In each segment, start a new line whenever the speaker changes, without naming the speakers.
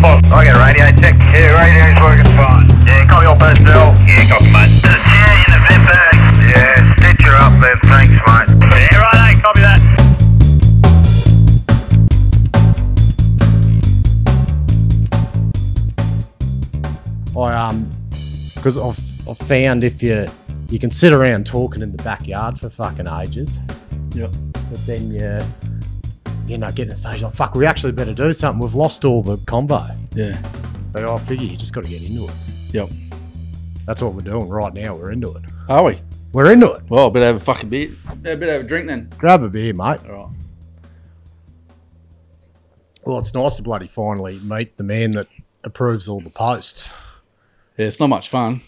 Fox. Roger, radio check. Yeah, radio's working fine. Yeah, copy all personnel. Yeah, copy, mate. There's a chair in the vent bag. Yeah, stitch her up there. Thanks, mate. Yeah, right, copy that.
I um because I've, I've found if you you can sit around talking in the backyard for fucking ages.
Yep.
But then you you know getting to the stage like fuck we actually better do something. We've lost all the convo.
Yeah.
So I figure you just got to get into it.
Yep.
That's what we're doing right now. We're into it.
Are we?
We're into it.
Well, better have a fucking beer. Yeah, better have a drink then.
Grab a beer, mate.
All right.
Well, it's nice to bloody finally meet the man that approves all the posts.
Yeah, it's not much fun.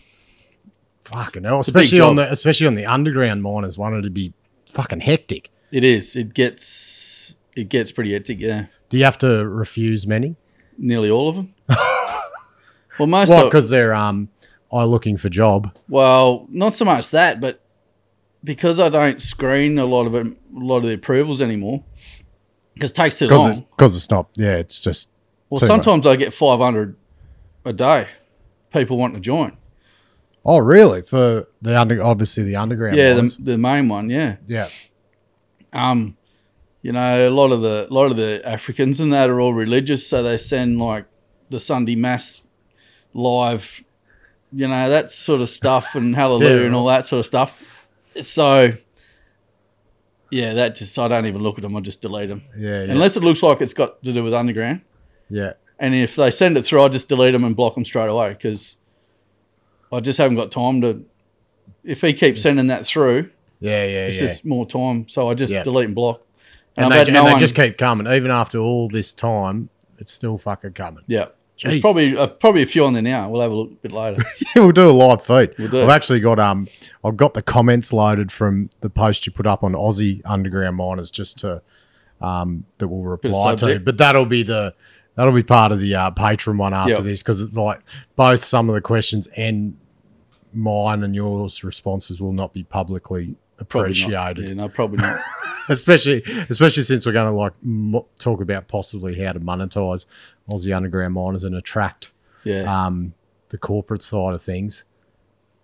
Fucking hell,
a big
especially on
job.
the especially on the underground miners wanted to be fucking hectic.
It is. It gets. It gets pretty hectic. Yeah.
Do you have to refuse many?
Nearly all of them. well, most
Well,
of.
because they're um are looking for job.
Well, not so much that, but because I don't screen a lot of it, a lot of the approvals anymore, because it takes too
Because
long.
it's not. Yeah, it's just.
well,
too much.
sometimes I get 500 a day. People want to join.
Oh, really? For the under, obviously the underground.
yeah, the,
miners.
the main one. Yeah.
yeah.
um, you know, a lot of the a lot of the Africans and that are all religious, so they send like the Sunday mass live, you know, that sort of stuff and hallelujah
Yeah,
and all that sort of stuff. So, yeah, that just I don't even look at them. I just delete them
Yeah. Yeah.
unless it looks like it's got to do with underground.
yeah.
And if they send it through, I just delete them and block them straight away because I just haven't got time to. If he keeps sending that through,
Yeah. Yeah.
it's
yeah.
just more time. So I just
Yeah.
delete and block.
and
I've
they,
had no
and they
one-
just keep coming, even after all this time. It's still fucking coming.
Yeah.
Jesus.
There's probably uh, probably a few on there now. We'll have a look a bit later.
we'll do a live feed.
do.
I've actually got um, I've got the comments loaded from the post you put up on Aussie Underground Miners just to, um, that we'll reply to.
subject.
But that'll be the that'll be part of the uh, Patreon one after
Yep.
this because it's like both some of the questions and mine and yours responses will not be publicly
Probably
appreciated,
Not. Yeah, no, probably not.
especially especially since we're going to like mo- talk about possibly how to monetize Aussie Underground Miners and attract
Yeah,
um, the corporate side of things,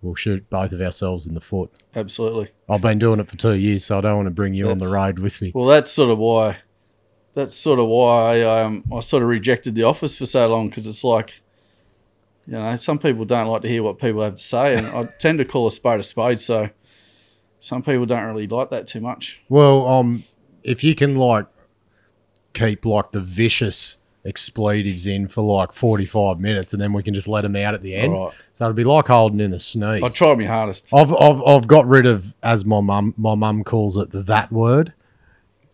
we'll shoot both of ourselves in the foot.
absolutely.
I've been doing it for two years, so I don't want to bring you on the
That's-
road with me.
Well, that's sort of why. That's sort of why I, um, I sort of rejected the office for so long because it's like, you know, some people don't like to hear what people have to say, and I tend to call a spade a spade. So some people don't really like that too much.
Well, um, if you can like keep like the vicious expletives in for like forty-five minutes, and then we can just let them out at the end.
All right.
So it'll be like holding in a sneeze.
I tried my hardest.
I've, I've I've got rid of as my mum my mum calls it the that word.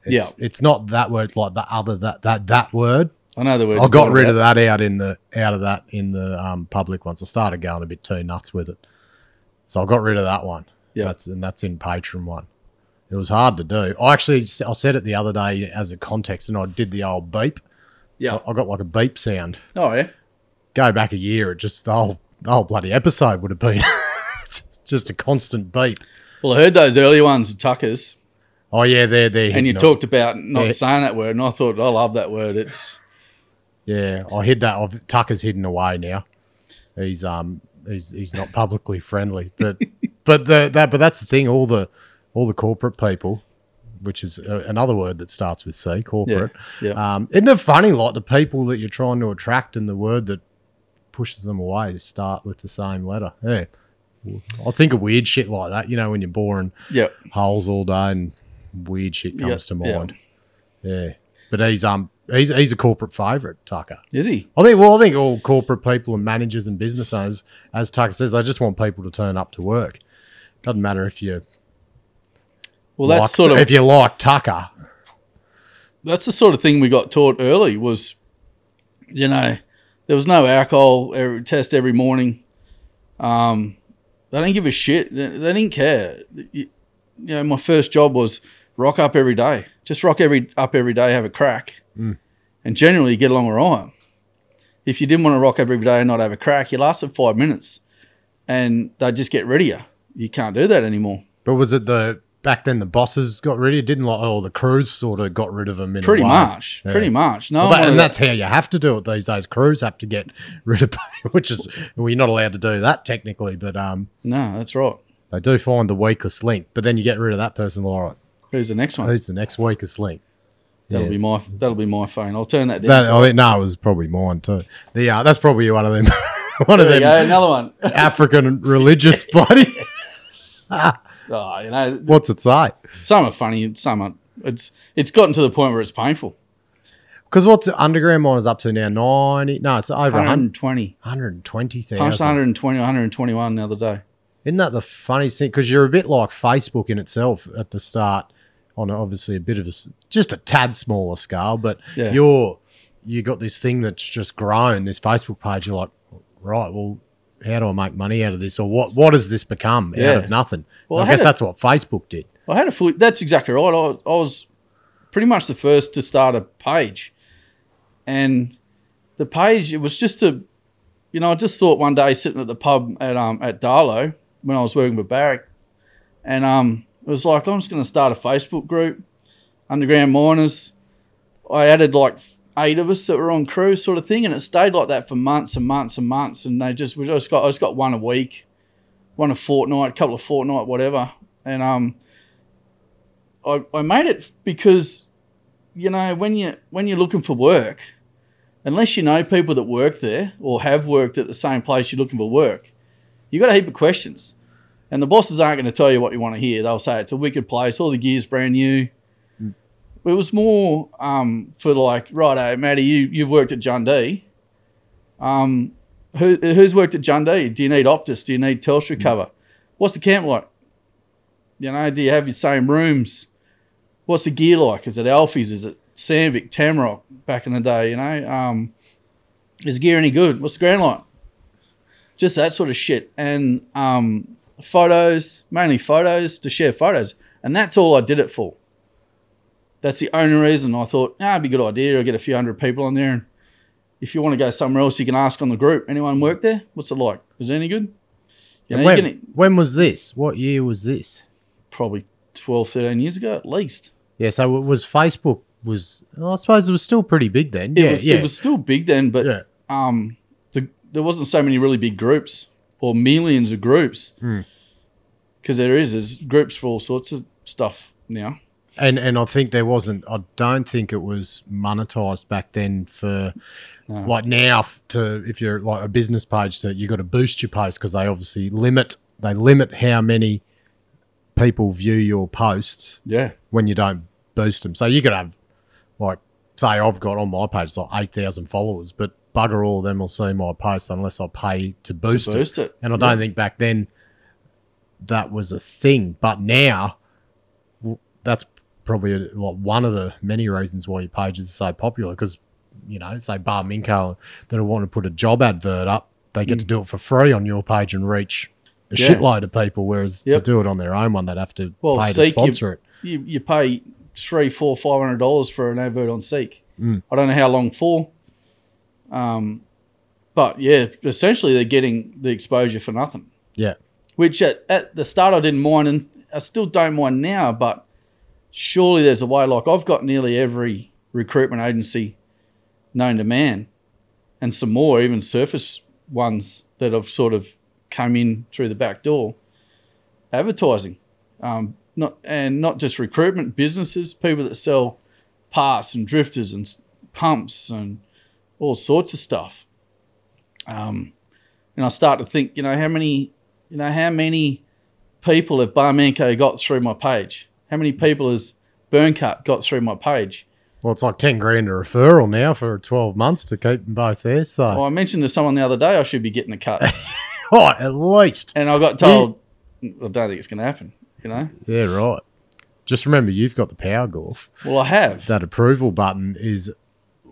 It's, it's not that word. It's like the other that that that word,
I know the word.
I
you're
got
talking
rid of
about.
that out in the out of that in the um, public ones. I started going a bit too nuts with it, so I got rid of that one.
Yeah.
that's and that's in Patreon one. It was hard to do. I actually s- I said it the other day as a context, and I did the old beep.
Yeah.
I got like a beep sound.
Oh yeah.
Go back a year, it just the whole the whole bloody episode would have been just a constant beep.
Well, I heard those early ones, Tuckers.
Oh yeah, there there.
and you talked about not
Yeah.
saying that word, and I thought I love that word. It's
Yeah, I hid that. I've, Tucker's hidden away now. He's um he's he's not publicly friendly, but but the that but that's the thing. All the all the corporate people, which is uh, another word that starts with C,
yeah,
corporate.
yeah,
Um, isn't it funny? Like the people that you're trying to attract and the word that pushes them away start with the same letter. Yeah, I think of weird shit like that. You know, when you're boring
yeah.
holes all day and weird shit
Yeah,
comes to
yeah.
mind. yeah, but he's um he's he's a corporate favorite, Tucker.
Is he?
I think. Well, I think all corporate people and managers and business owners, as Tucker says, they just want people to turn up to work. Doesn't matter if you
Well, that's
like,
sort of
if you like Tucker.
that's the sort of thing we got taught early. Was you know there was no alcohol every, test every morning. Um, they didn't give a shit. They, they didn't care. You, you know, my first job was rock up every day. Just rock every up every day, have a crack,
Mm.
and generally you get along all right. If you didn't want to rock every day and not have a crack, you lasted five minutes, and they just get rid of you. You can't do that anymore.
But was it the? back then the bosses got rid of you, didn't like oh the crews sort of got rid of them in a
Pretty
way.
much. Oh,
Yeah.
Pretty much. No,
Well, that-
one
and
of
that's how you have to do it these days. Crews have to get rid of, which is well, you're not allowed to do that technically, but um,
the- no, that's right.
they do find the weakest link. But then you get rid of that person. All right,
Who's the next one?
who's the next weakest link?
That'll
Yeah.
be my that'll be my phone. I'll turn that down.
That, I think, no, it was probably mine too. The uh, that's probably one of them, one of
there you go,
them
another one.
African religious body.
Oh, you know,
What's it say?
some are funny, and some aren't. It's it's gotten to the point where it's painful.
Because what's underground mine is up to now ninety? No, it's over hundred
120.
hundred twenty
Punched
thousand.
120, 121 the other day.
Isn't that the funniest thing? Because you're a bit like Facebook in itself at the start, on obviously a bit of a s- just a tad smaller scale, but
Yeah.
you're you got this thing that's just grown this Facebook page. You're like, right, well, how do I make money out of this, or what what has this become out
Yeah.
of nothing?
Well,
I
I had
guess
a-
that's what Facebook did.
I had a full. That's exactly right. I, I was pretty much the first to start a page, and the page it was just a, you know, I just thought one day sitting at the pub at um at Darlow when I was working with Barrick, and um it was like I'm just going to start a Facebook group, underground miners. I added like eight of us that were on crew sort of thing, and it stayed like that for months and months and months, and they just we just got I just got one a week, one a fortnight, a couple of fortnight, whatever, and um. I, I made it because you know when you when you're looking for work unless you know people that work there or have worked at the same place you're looking for work you got a heap of questions and the bosses aren't going to tell you what you want to hear they'll say it's a wicked place all the gear's brand new it was more um, for like right hey matty you, you've worked at Jundee um, who, who's worked at Jundee do you need Optus do you need Telstra cover what's the camp like you know, do you have your same rooms? What's the gear like? Is it Alfie's? Is it Sandvik, Tamrock back in the day? You know, um, is gear any good? What's the ground like? Just that sort of shit. And um, photos, mainly photos to share photos. And that's all I did it for. That's the only reason I thought, nah, it'd be a good idea. I'll get a few hundred people on there. And if you want to go somewhere else, you can ask on the group, anyone work there? What's it like? Is it any good? You know,
when,
you can, e-,
when was this? What year was this?
probably 12, 13 years ago at least.
Yeah, so it was Facebook was. well, I suppose it was still pretty big then.
It
yeah,
was
yeah,
it was still big then, but
yeah.
um, the, there wasn't so many really big groups or millions of groups
Hmm.
because there is there's groups for all sorts of stuff now.
And and I think there wasn't. I don't think it was monetized back then for like now f- to if you're like a business page to you got to boost your post because they obviously limit they limit how many people view your posts
Yeah,
when you don't boost them. So you could have like say I've got on my page like eight thousand followers, but bugger all of them will see my post unless I pay to boost,
boost it.
And I don't think back then that was a thing, but now w- that's probably a, like, one of the many reasons why your pages are so popular because you know say Bar Minko that want to put a job advert up, they get to do it for free on your page and reach. A
Yeah.
shitload of people, whereas
Yep.
to do it on their own one, they'd have to
Well,
pay to
Seek, you-
sponsor it.
you you pay three, four, five hundred dollars for an advert on Seek.
Hmm.
I don't know how long for. Um, but yeah, essentially they're getting the exposure for nothing.
Yeah.
which at, at the start I didn't mind and I still don't mind now, but surely there's a way. Like I've got nearly every recruitment agency known to man and some more, even surface ones that have sort of come in through the back door advertising. Um, not and not just recruitment businesses, people that sell parts and drifters and s- pumps and all sorts of stuff. Um, and I start to think, you know, how many you know, how many people have Barmanco got through my page? How many people has Burncut got through my page?
Well, it's like 10 grand a referral now for 12 months to keep them both there. So,
Well, I mentioned to someone the other day I should be getting a cut,
oh, at least.
and I got told, I don't think it's going to happen. You know,
Yeah, right. Just remember, you've got the power, Golf.
well, I have.
That approval button is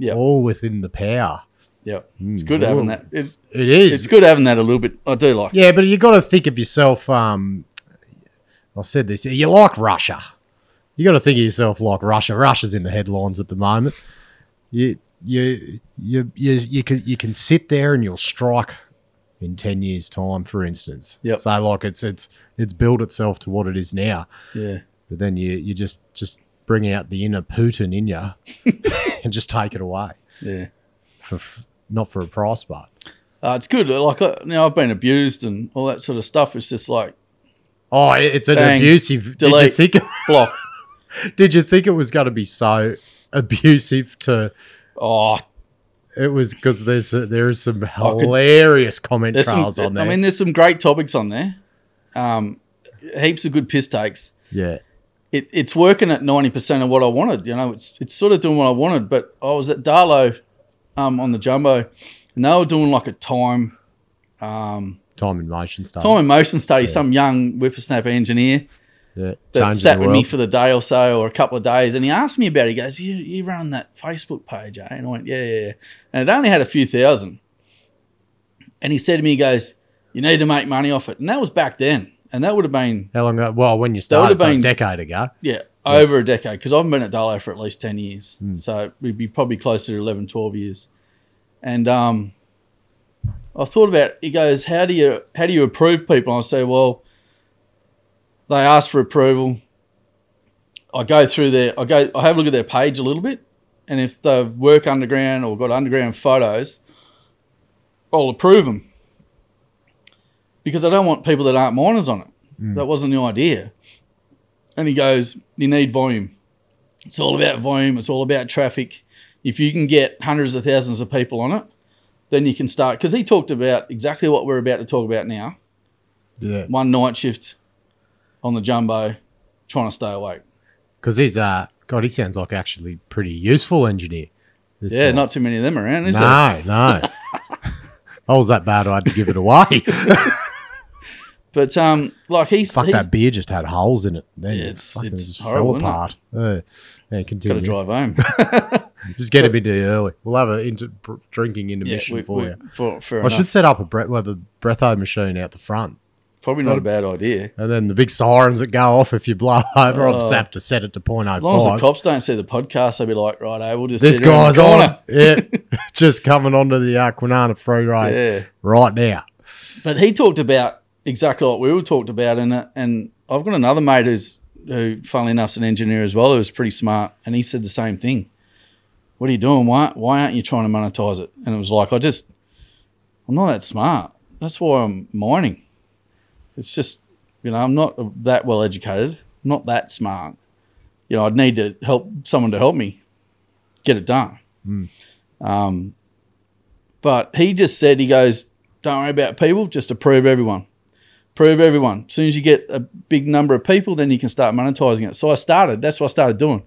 Yep.
all within the power.
Yeah, it's good having
Hmm. well.
that. It's,
It is.
it's good having that a little bit. I do like. it.
Yeah, but you got to think of yourself. Um, I said this. You like Russia. You got to think of yourself like Russia. Russia's in the headlines at the moment. You you you you you can you can sit there and you'll strike in ten years' time, for instance.
Yep.
So like it's it's it's built itself to what it is now.
Yeah,
But then you you just just bring out the inner Putin in you and just take it away
Yeah.
for f- not for a price, but
Uh, it's good. Like uh, now, I've been abused and all that sort of stuff. It's just like
oh, it- it's an
Bang.
abusive. Did you
Delete.
think?
block.
Did you think it was going to be so abusive? To
oh,
it was because there's there is some
could-
hilarious comment
there's some.
trails on there.
I mean, there's some great topics on there. Um, heaps of good piss takes.
yeah,
it, it's working at 90% of what I wanted. You know, it's it's sort of doing what I wanted, but I was at Darlow um, on the jumbo and they were doing like a time, um,
time and motion stuff.
time and motion study. Some young whippersnapper engineer
yeah,
that
changing
sat
the
with me
world.
for the day or so or a couple of days and he asked me about it. He goes, You, you run that Facebook page, eh? And I went, Yeah, yeah, yeah. And it only had a few thousand. And he said to me, He goes, You need to make money off it. And that was back then. And that would have been
How long? Ago? Well, when you
would've
started, it's like
been-
a decade ago.
Yeah, over a decade because I haven't been at Darlow for at least 10 years. So we'd be probably closer to 11, 12 years. And um, I thought about he goes, how do you how do you approve people? And I say, well, they ask for approval. I go through their I go I have a look at their page a little bit, and if they work underground or got underground photos, I'll approve them because I don't want people that aren't miners on it. That wasn't the idea. And he goes, You need volume. It's all about volume. It's all about traffic. If you can get hundreds of thousands of people on it, then you can start. Because he talked about exactly what we're about to talk about now
Yeah,
one night shift on the jumbo, trying to stay awake.
because he's uh, God, he sounds like actually pretty useful engineer. This
Yeah,
guy.
not too many of them around, is there?
No, no. I was that bad I had to give it away.
But um, like he's,
Fuck
he's
that beer just had holes in it. Man,
Yeah, it's-
fucking
it's
just
horrible, isn't
fell
it?
apart. Yeah. Yeah,
got to
continue.
drive home.
Just get a bit early. We'll have a inter- br- drinking
yeah,
intermission
we,
for
we,
you.
for, fair
I
enough.
should set up a breath well, the breatho machine out the front,
Probably not a bad idea.
and then the big sirens that go off if you blow over. I'll just
Oh.
have to set it to point oh
As long as the
five.
cops don't see the podcast, they'll be like, right, eh, we'll just
This
sit here in the
guy's on.
corner."
Yeah, just coming onto the uh, Quinana freeway
Yeah.
right now.
But he talked about exactly what we were talked about, and and I've got another mate who's who, funnily enough, is an engineer as well, who's pretty smart, and he said the same thing. What are you doing? Why why aren't you trying to monetize it? And it was like I just I'm not that smart. That's why I'm mining. It's just you know I'm not that well educated, not that smart. You know I'd need to help someone to help me get it done. Um, but he just said he goes don't worry about people, just approve everyone. Prove everyone. As soon as you get a big number of people, then you can start monetizing it. So I started. That's what I started doing.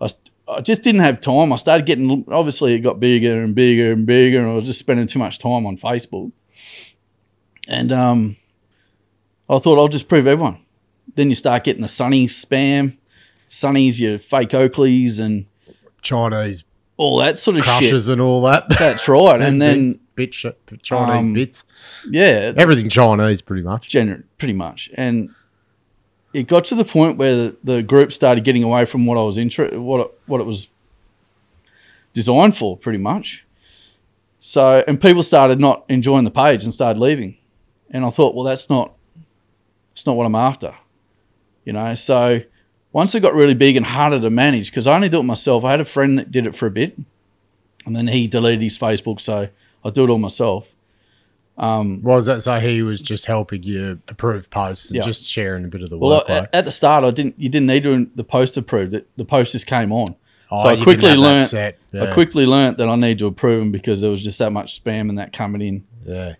I, st- I just didn't have time. I started getting, obviously, it got bigger and bigger and bigger, and I was just spending too much time on Facebook. And um, I thought, I'll just prove everyone. Then you start getting the Sunny spam, Sunny's your fake Oakleys, and
Chinese
all that sort of shit.
crushes and all that.
That's right. and then,
bits, bits, Chinese
um,
bits,
yeah,
everything Chinese pretty much.
gener- pretty much. And it got to the point where the, the group started getting away from what I was inter- what it, what it was designed for, pretty much. So, and people started not enjoying the page and started leaving. And I thought, well, that's not it's not what I'm after, you know. So, once it got really big and harder to manage, because I only do it myself. I had a friend that did it for a bit, and then he deleted his Facebook, so I do it all myself.
Was that so? He was just helping you approve posts and
Yeah.
just sharing a bit of the
Well, uh,
work.
at, at the start, I didn't. You didn't need to, the post approved. It, the post just came on.
Oh,
so I
you didn't
quickly
have that
learnt-
set.
I
Yeah,
quickly learnt that I need to approve them because there was just that much spam and that coming in.
yeah.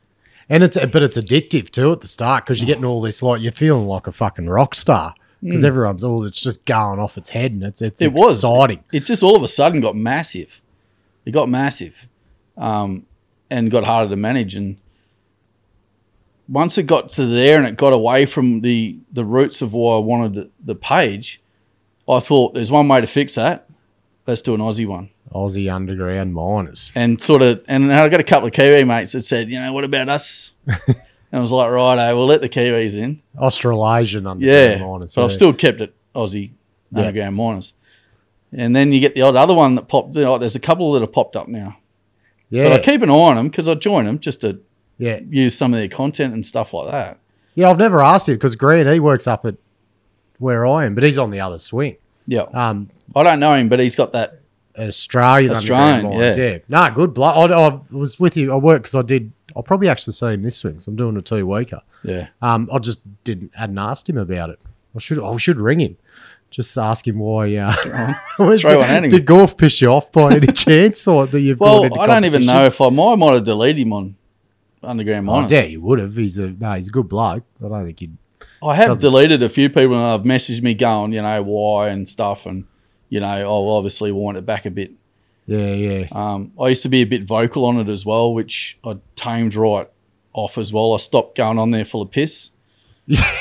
And it's but it's addictive too at the start because you're getting all this like you're feeling like a fucking rock star because everyone's all it's just going off its head and it's it's
Hmm. It was
exciting.
It just all of a sudden got massive. It got massive, um, and got harder to manage. And once it got to there and it got away from the the roots of why I wanted the, the page, I thought there's one way to fix that. Let's do an Aussie one.
Aussie underground miners.
and sort of, and I got a couple of Kiwi mates that said, you know, what about us? and I was like, right, I will let the Kiwis in.
Australasian underground
Yeah,
miners.
but I've
yeah.
still kept it Aussie underground miners. And then you get the odd other one that popped. you know, there's a couple that have popped up now,
yeah,
but I keep an eye on them because I join them just to
yeah,
use some of their content and stuff like that.
yeah. I've never asked him because Green he works up at where I am, but he's on the other swing.
Yeah.
Um,
I don't know him, but he's got that.
Australian,
Australian,
underground mines,
yeah.
yeah. No, good bloke. I, I was with you. I worked because I did. I'll probably actually see him this swing. So I'm doing a two weeker.
Yeah.
Um, I just didn't hadn't asked him about it. I should I should ring him. Just ask him why. Uh, was
throw
it-
one at him.
Did golf piss you off by any chance, or that you've brought
Well,
into
I don't even
competition?
know if I might, I might have deleted him on Underground
Oh, I
Miners.
dare you would have. He's a no. He's a good bloke. I don't think he'd.
I have
Doesn't-
deleted a few people and have messaged me going, you know, why and stuff. And, you know, I'll obviously want it back a bit.
Yeah, yeah.
Um, I used to be a bit vocal on it as well, which I tamed right off as well. I stopped going on there full of piss.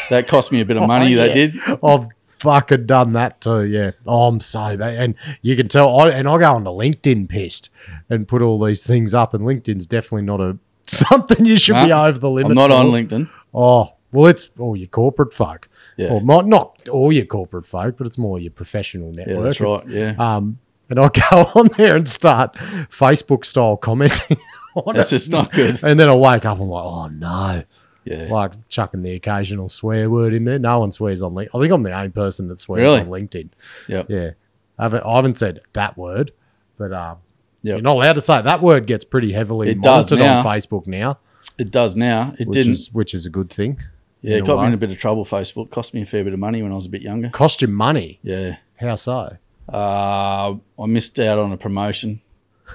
that cost me a bit of money.
Oh, yeah.
That did.
I've fucking done that too. Yeah. Oh, I'm so bad. And you can tell. I and I go on to LinkedIn pissed and put all these things up. And LinkedIn's definitely not a something you should be
No,
over the limit.
I'm not
for.
on LinkedIn.
Oh, well, it's all your corporate folk.
Yeah.
Or not, not all your corporate folk, but it's more your professional network.
Yeah, that's right. Yeah.
Um, and I go on there and start Facebook style commenting on
That's
it.
just not good.
And then I wake up and I'm like, oh no
Yeah.
like chucking the occasional swear word in there. No one swears on LinkedIn. I think I'm the only person that swears
Really?
on LinkedIn.
Yep.
Yeah. I haven't, I haven't said that word, but um,
Yep.
you're not allowed to say it. that word. Gets pretty heavily
It does
monitored
now.
on Facebook now,
It does now. It
which
didn't.
is which is a good thing.
yeah,
in
it
a
got me
way.
in a bit of trouble. Facebook cost me a fair bit of money when I was a bit younger.
Cost you money.
Yeah.
How so?
Uh, I missed out on a promotion and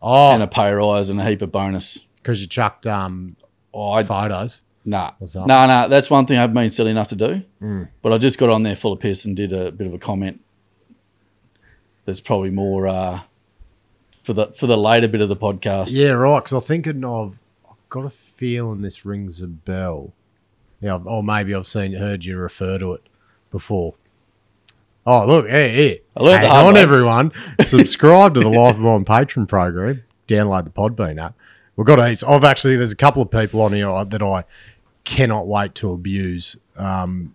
Oh,
a pay rise and a heap of bonus.
because you chucked um
Oh, I
photos.
Nah.
What's
No,
up? Mm.
nah, nah, that's one thing I haven't been silly enough to do. But I just got on there full of piss and did a bit of a comment. There's probably more uh, for the for the later bit of the podcast.
Yeah, right. Because I'm thinking of. I've got a feeling this rings a bell. Yeah, I've- or maybe I've seen heard you refer to it before. Oh, look, hey, hey.
I learned the
Hang
hard
on,
way.
everyone. Subscribe to the Life of Mine Patron program. Download the Podbean app. We've got heaps. I've actually, there's a couple of people on here that I cannot wait to abuse. Um,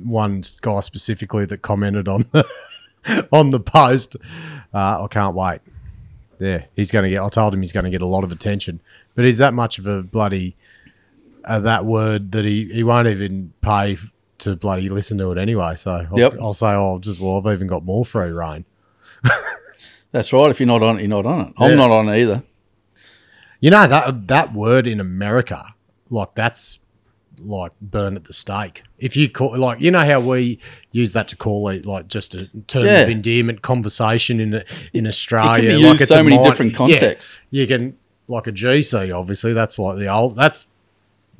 one guy specifically that commented on the, on the post. Uh, I can't wait. Yeah, he's going to get. I told him he's going to get a lot of attention, but he's that much of a bloody uh, that word that he he won't even pay f- to bloody listen to it anyway. So I'll,
Yep.
I'll say, oh, just well, I've even got more free reign.
That's right. If you're not on it, you're not on it.
Yeah.
I'm not on it either.
You know that that word in America, like that's like burn at the stake. If you call like you know how we use that to call it like just a term
Yeah.
of endearment conversation in in Australia.
It can be
Ah, like
used
it's
so
a
many
min-
different
yeah.
contexts.
you can like a GC obviously that's like the old that's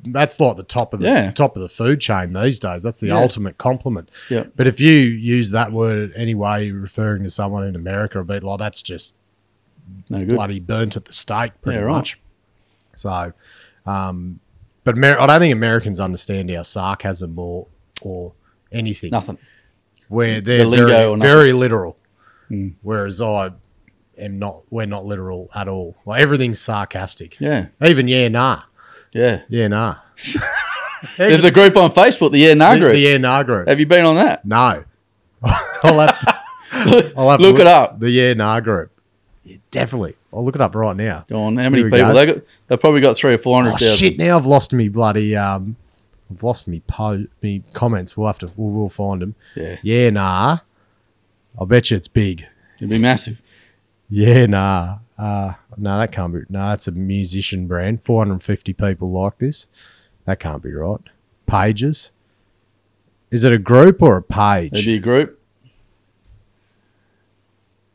that's like the top of the
Yeah.
top of the food chain these days. That's the
Yeah.
ultimate compliment.
Yeah.
But if you use that word in any way referring to someone in America a bit like that's just
No good.
bloody burnt at the stake pretty
Yeah, right.
much. So um but Amer- I don't think Americans understand our sarcasm or or anything.
Nothing.
Where they're
lingo or
very,
nothing. Hmm.
very literal. Whereas I am not we're not literal at all. Like everything's sarcastic.
Yeah.
Even yeah, nah.
Yeah.
Yeah, nah.
There's a group on Facebook, the Yeah Nah
the,
group.
the yeah, nah group.
Have you been on that?
No. I'll have to, I'll have to
Look it up.
The yeah, nah group. Yeah, definitely. I'll look it up right now.
Go on. How many
Here we
people?
go.
They got, they probably got three or four hundred
Oh
thousand.
shit! Now I've lost me bloody um, I've lost me po- me comments. We'll have to we'll, we'll find them.
Yeah.
Yeah, nah. I bet you it's big.
It'd be massive.
Yeah, nah. Uh, no, that can't be. No, that's a musician brand. 450 people like this. That can't be right. Pages. Is it a group or a
It'd
page?
be a group.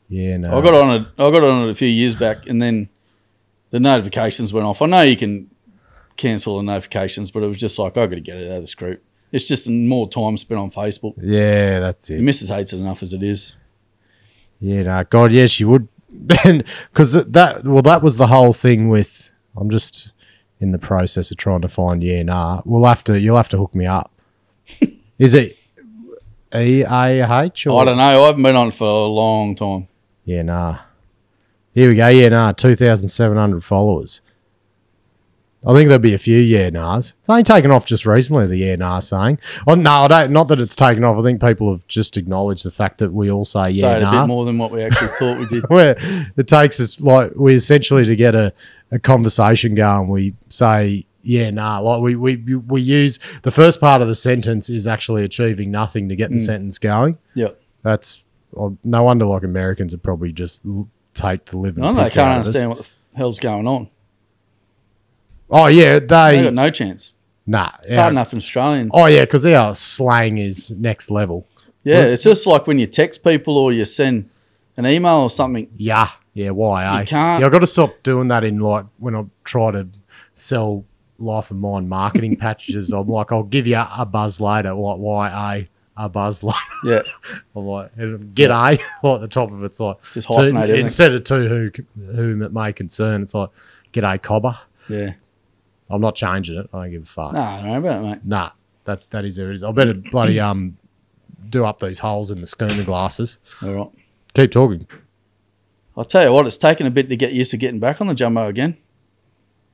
yeah, no.
I got on it. I got on it a few years back, and then the notifications went off. I know you can cancel the notifications, but it was just like I got to get it out of this group. It's just more time spent on Facebook.
yeah, that's
The
it.
missus hates it enough as it is.
Yeah, no. God, yeah, she would. Then, because that, well, that was the whole thing with. I'm just in the process of trying to find. Yeah, nah. We'll have to. You'll have to hook me up. Is it E A H or
I don't know. I haven't been on it for a long time.
Yeah, nah. Here we go. Yeah, nah. 2,700 followers. I think there'll be a few yeah nahs. It's only taken off just recently, the yeah nah saying. Oh, no, I don't, not that it's taken off. I think people have just acknowledged the fact that we all
Yeah,
say yeah
so it a
nah.
bit more than what we actually thought we did.
Where it takes us, like, we essentially to get a, a conversation going, we say yeah, nah. Like we we we use the first part of the sentence is actually achieving nothing to get
Mm.
the sentence going.
Yeah.
That's well, no wonder like Americans would probably just l- take the living.
None of they
piss out
can't
of us.
understand what the hell's going on.
Oh
They
yeah, they
got no chance.
nah.
Hard
our-
enough in Australian.
oh yeah, because our slang is next level.
yeah, it's just like when you text people or you send an email or something.
Yeah, yeah. Why? eh?
can't-
Yeah, I got to stop doing that in like when I try to sell life of mine marketing packages. I'm like, I'll give you a buzz later. Like why a a buzz later.
Yeah,
I'm like, and get a like at the top of it's like
Just
to-
hyphenate everything.
instead of to who whom it may concern. It's like get a cobber.
yeah.
I'm not changing it. I don't give a fuck.
Nah, I don't know about it, mate.
Nah, that that is it is. I better bloody um do up these holes in the schooner glasses.
All right.
Keep talking.
I'll tell you what, it's taken a bit to get used to getting back on the jumbo again.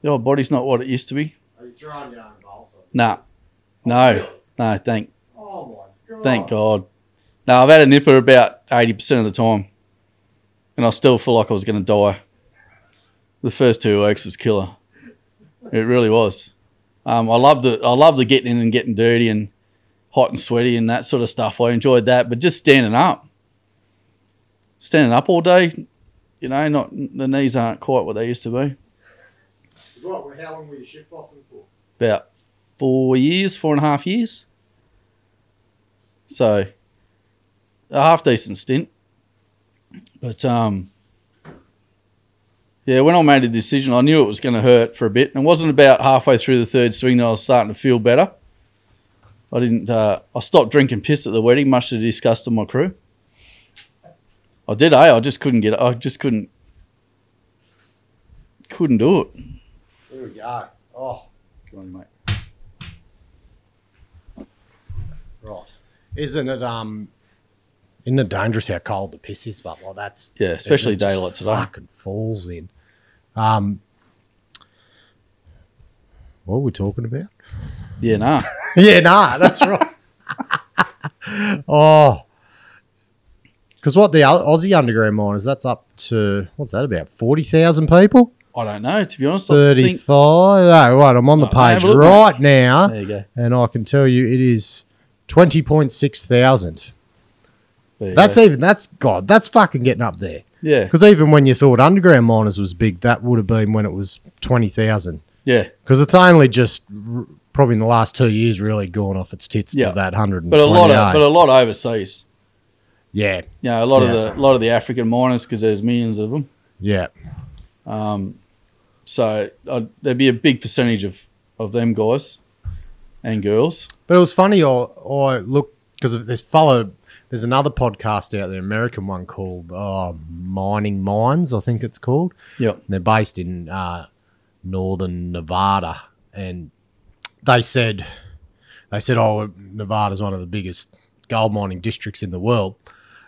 The old body's not what it used to be.
Are you trying to
Nah. No. No, thank
Oh my god.
thank God. No, I've had a nipper about eighty percent of the time. And I still feel like I was gonna die. The first two weeks was killer. It really was. Um, I loved it. I loved the getting in and getting dirty and hot and sweaty and that sort of stuff. I enjoyed that, but just standing up, standing up all day, you know, not the knees aren't quite what they used to be.
What, how long were you shit bossing for?
about four years, four and a half years. So a half decent stint. But um yeah, when I made a decision, I knew it was going to hurt for a bit. And it wasn't about halfway through the third swing that I was starting to feel better. I didn't. Uh, I stopped drinking piss at the wedding, much to the disgust of my crew. I did, eh? I just couldn't get. I just couldn't. Couldn't do it.
Here we go. Oh
Come on, mate.
right. Isn't it um isn't it dangerous how cold the piss is, but like that's
Yeah, especially
it just
daylight today.
Fucking falls in. Um what were we talking about?
Yeah, nah.
yeah, nah, that's right. oh, because what the Au- Aussie underground miners? That's up to what's that about forty thousand people?
I don't know, to be honest. I
Thirty
think,
five. Oh, right, I'm on the
Oh, I have
page
a look, mate.
right now,
there you go.
and I can tell you it is twenty point six thousand.
There you
That's
go.
even that's God. That's fucking getting up there.
Yeah,
Because even when you thought underground miners was big, that would have been when it was twenty thousand.
yeah.
Because it's only just r- probably in the last two years really gone off its tits
Yeah.
to that hundred and
But
twenty.
a lot of but a lot overseas.
yeah,
Yeah, a lot
Yeah.
of the a lot of the African miners because there's millions of them.
yeah,
So i there'd be a big percentage of of them guys and girls.
but it was funny. I, I look because there's follow. There's another podcast out there, American one called oh, Mining Mines, I think it's called.
Yep.
They're based in uh, northern Nevada, and they said they said, "Oh, Nevada's one of the biggest gold mining districts in the world."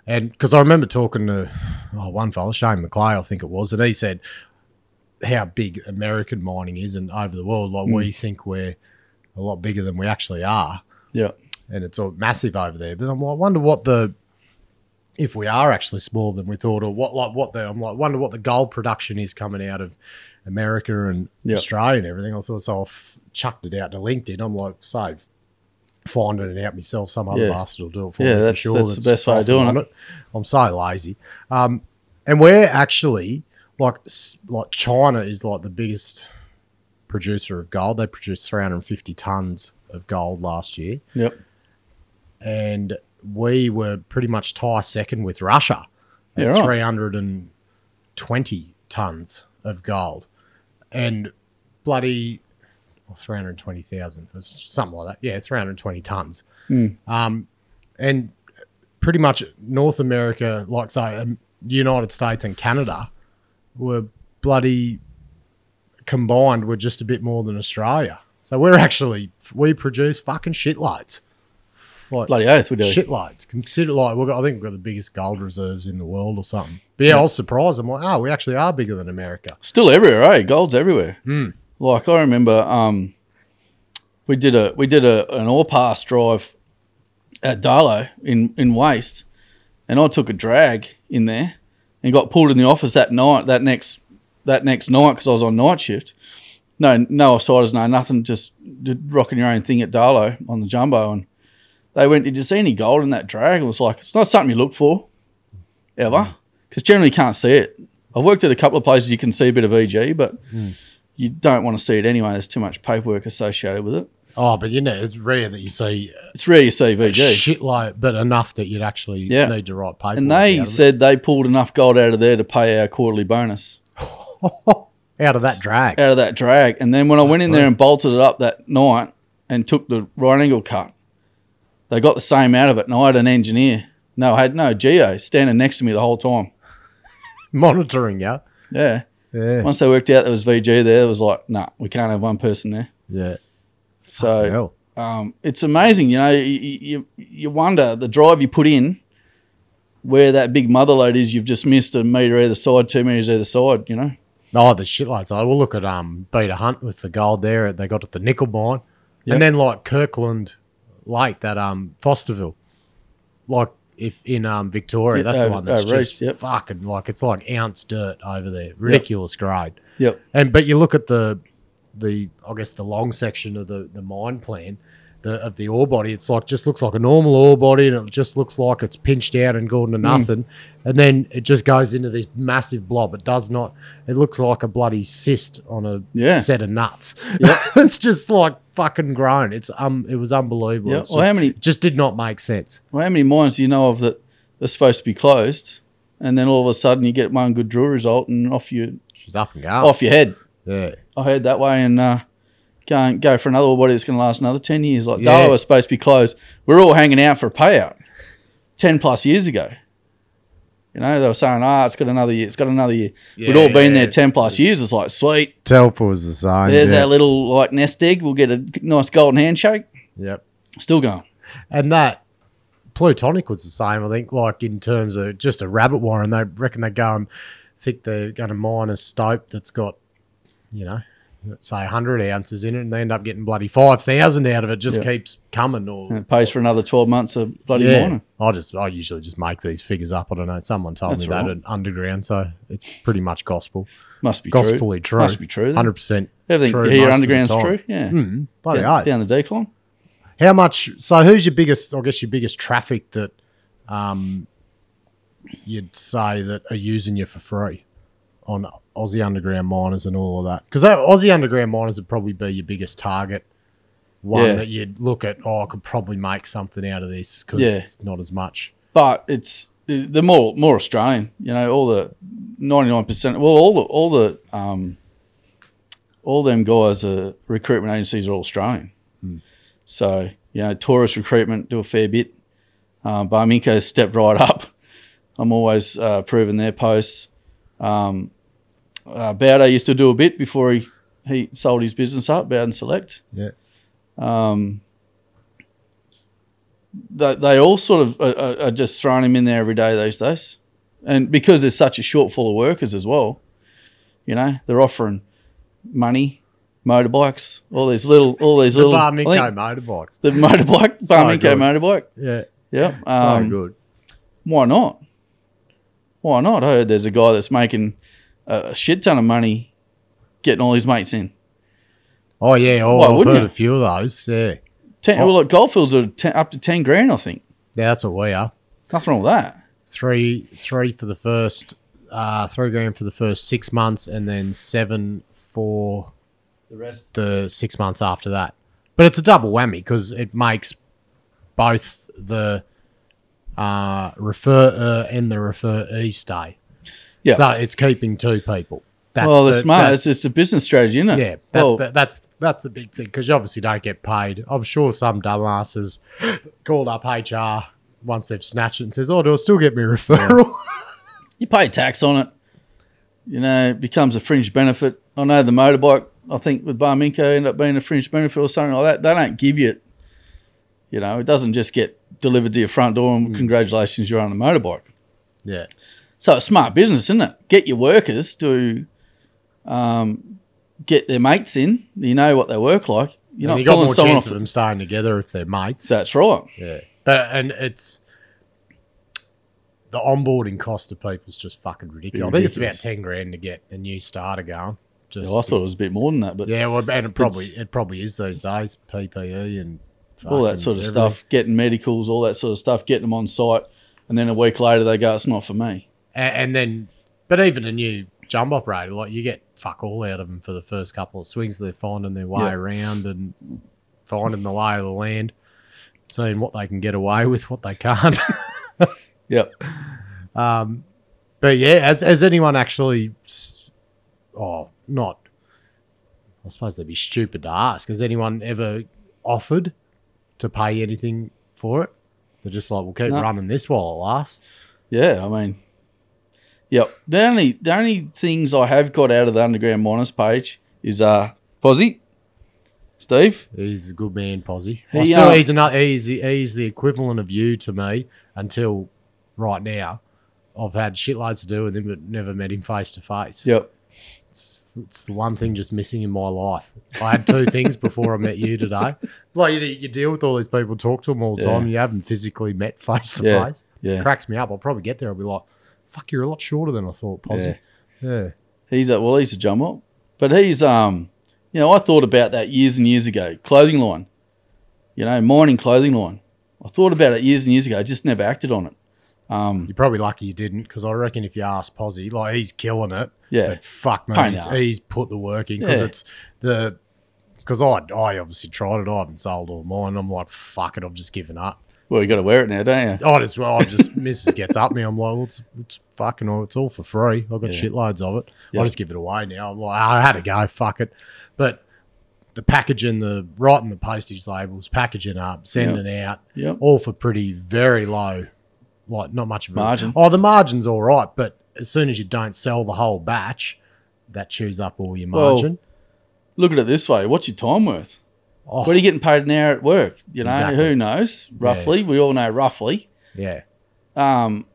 And because I remember talking to oh, one fella, Shane McClay, I think it was, and he said how big American mining is and over the world. Like we think we're a lot bigger than we actually are
Yep.
and it's all massive over there. But I'm like, I wonder what the if we are actually smaller than we thought, or what like what the I'm like, wonder what the gold production is coming out of America and
Yeah.
Australia and everything. I thought so. I f- chucked it out to LinkedIn. I'm like, save finding it out myself. Some other
Yeah.
bastard will do it for
Yeah,
me
that's-
for sure.
that's the best way of
faster
doing
than
it.
I'm not- I'm so lazy, um, and we're actually like s- like China is like the biggest producer of gold. They produced 350 tons of gold last year
Yep.
and we were pretty much tie second with Russia at
Yeah, right.
320 tons of gold. And bloody or 320,000, or something like that. Yeah, 320 tons.
Hmm.
Um, and pretty much North America, like say, um, United States and Canada were bloody combined were just a bit more than Australia. So we're actually, we produce fucking shitloads. Like,
Bloody oath we do.
shitloads. Consider like we've got, I think we've got the biggest gold reserves in the world or something. But yeah, I was surprised. I'm like, oh, we actually are bigger than America.
Still everywhere, eh? Gold's everywhere. Like I remember, um, we did a we did a an all pass drive at Darlow in in Waste, and I took a drag in there and got pulled in the office that night. That next that next night because I was on night shift, no no outsiders, no nothing. Just did rocking your own thing at Darlow on the jumbo, and they went, "Did you see any gold in that drag?" It was like it's not something you look for ever because generally you can't see it. I've worked at a couple of places you can see a bit of EG, but
Hmm.
you don't want to see it anyway. There's too much paperwork associated with it.
Oh, but you know, it's rare that you see
It's rare you see E VG.
shit like, but enough that you'd actually
Yeah.
need to write paper.
And they said they pulled enough gold out of there to pay our quarterly bonus
out of that drag.
out of that drag. And then when I went in there and bolted it up that night and took the right angle cut, they got the same out of it. And I had an engineer, no, I had no geo standing next to me the whole time.
Monitoring, yeah.
Yeah.
Yeah.
Once they worked out there was VG there, it was like, nah, we can't have one person there.
Yeah.
So
Hell.
um, it's amazing. You know, you, you you wonder the drive you put in, where that big mother load is. You've just missed a meter either side, two meters either side. You know.
Oh, the shit lights. I will look at um Beta Hunt with the gold there. They got at the nickel mine,
Yep.
and then like Kirkland Lake, that um Fosterville, like if in um Victoria,
Yeah,
that's the
over-
one that's
over
just
east, yep.
fucking like it's like ounce dirt over there, ridiculous grade.
Yep.
And but you look at the the I guess the long section of the the mine plan. The, of the ore body, it's like just looks like a normal ore body, and it just looks like it's pinched out and
Hmm.
gone to nothing, and then it just goes into this massive blob. It does not. It looks like a bloody cyst on a
Yeah.
set of nuts. it's just like fucking grown. It's um, it was unbelievable.
Yeah,
It's
well,
just,
how many-
just did not make sense.
Well, how many mines do you know of that are supposed to be closed, and then all of a sudden you get one good drill result and off you
She's up and going.
off your head.
Yeah,
I heard that way and. Uh, Go, and go for another body that's going to last another 10 years. Like,
Yeah.
Darlow was supposed to be closed. We're all hanging out for a payout 10 plus years ago. You know, they were saying, ah, it's got another year. It's got another year. We'd all been there 10 plus years. It's like, sweet.
Telfer was the same.
There's
yeah.
our little like nest egg. We'll get a nice golden handshake.
Yep.
Still going.
and that plutonic was the same. I think, like in terms of just a rabbit warren, they reckon they go and think they're going to mine a stope that's got, you know, say 100 ounces in it, and they end up getting bloody 5,000 out of it. Just
Yeah.
keeps coming, or
And it pays for another 12 months of bloody
yeah.
mining.
I just I usually just make these figures up. I don't know. Someone told
That's
me that
right.
at underground, so it's pretty much gospel,
Must be true.
gospelly true.
Must be true. then.
Hundred percent.
Everything
true most
here
of the
underground's
time.
true. Yeah.
Mm, bloody
Down,
oath.
down the decline.
How much? So, who's your biggest? I guess your biggest traffic that, um, you'd say that are using you for free on Aussie underground miners and all of that? Because Aussie underground miners would probably be your biggest target. One
Yeah.
that you'd look at. Oh, I could probably make something out of this because
Yeah.
it's not as much.
But it's the more more Australian, you know, all the 99%. Well, all the, all the, um, all them guys, uh, recruitment agencies are all Australian. So, you know, tourist recruitment do a fair bit. Um, Barminco stepped right up. I'm always uh, proving their posts. Um, uh, Bowder used to do a bit before he, he sold his business up, Bowden Select.
Yeah.
Um, they, they all sort of are- are, are just throwing him in there every day these days. And because there's such a shortfall of workers as well, you know, they're offering money, motorbikes, all these little, all these
The
little.
Bar
I think-
Minko motorbikes.
the motorbike,
So
Barminco
good.
motorbike.
Yeah,
Yeah.
so
Um,
good.
why not? Why not? I heard there's a guy that's making a a shit ton of money getting all his mates in.
Oh yeah. Oh,
why
I've
wouldn't
heard
you?
a few of those. Yeah.
Ten,
Oh.
Well, look, Goldfields are ten, up to 10 grand, I think.
Yeah, that's what we are.
Nothing wrong with that.
three three for the first uh three grand for the first six months and then seven for
The rest.
the six months after that but it's a double whammy because it makes both the uh refer and the referee stay
Yeah.
so it's keeping two people that's
well, they're
the-
smart.
that's-
it's, it's a business strategy, isn't it?
yeah, that's
well,
the, that's that's the big thing because you obviously don't get paid. I'm sure some dumbasses called up HR once they've snatched it and says, "Oh, do I still get me referral?"
You pay tax on it. You know, it becomes a fringe benefit. I know the motorbike, I think with Barminco, end up being a fringe benefit or something like that. They don't give you it. You know, it doesn't just get delivered to your front door
Hmm.
and congratulations, you're on a motorbike.
yeah,
So it's smart business, isn't it? Get your workers to um, get their mates in. You know what they work like. You're
And
not
you got
pulling
more
someone
chance
off.
of them staying together if they're mates.
That's right.
yeah, but and it's the onboarding cost of people's just fucking ridiculous. I think it's about
ridiculous.
ten grand to get a new starter going. Just
Well, I thought it was a bit more than that, but
yeah, well, and it probably
It's-
it probably is those days PPE and
all
fucking
that sort of
everything.
stuff, getting medicals, all that sort of stuff, getting them on site, and then a week later they go, "It's not for me."
A- and, then but even a new jump operator like you get fuck all out of them for the first couple of swings they're finding their way
Yeah.
around and finding the lay of the land seeing what they can get away with what they can't
Yep.
but yeah has, has anyone actually s- oh not i suppose they'd be stupid to ask has anyone ever offered to pay anything for it they're just like we'll keep
No.
running this while it lasts
Yeah, I mean, yep. The only the only things I have got out of the underground miners page is uh Posy, Steve.
He's a good man, Posy.
He,
I still,
uh,
he's, another, he's, he's the equivalent of you to me until right now. I've had shitloads to do with him, but never met him face to face.
Yep.
It's, it's the one thing just missing in my life. I had two things before I met you today. Like, you, you deal with all these people, talk to them all the
Yeah.
time, and you haven't physically met face to
Yeah.
face.
Yeah.
Cracks me up. I'll probably get there. I'll be like, fuck, you're a lot shorter than I thought, Posy. yeah.
He's a well, he's a jump up, but he's um, you know, I thought about that years and years ago. Clothing line, you know, mining clothing line. I thought about it years and years ago. I just never acted on it. Um,
You're probably lucky you didn't, because I reckon if you ask Posy, like he's killing it.
Yeah.
But fuck,
Pain
man, he's,
in the ass.
he's put the work in because
Yeah.
it's the because I I obviously tried it. I haven't sold all mine. I'm like, fuck it, I've just given up.
well, you got to wear it now, don't you?
I just well, I just Mrs. gets up me. I'm like, well, it's, it's fucking all. It's all for free. I've got
Yeah.
shitloads of it.
Yeah.
I just give it away now. I'm like, I had a go. Fuck it. But the packaging, the writing, the postage labels, packaging up, sending out,
Yep.
all for pretty very low, like not much of a
Margin.
Oh, the margin's all right, but as soon as you don't sell the whole batch, that chews up all your
Well,
margin.
Look at it this way: what's your time worth?
Oh,
What are you getting paid an hour at work? You know,
Exactly.
who knows? Roughly, we all know roughly.
Oh, yeah,
Um,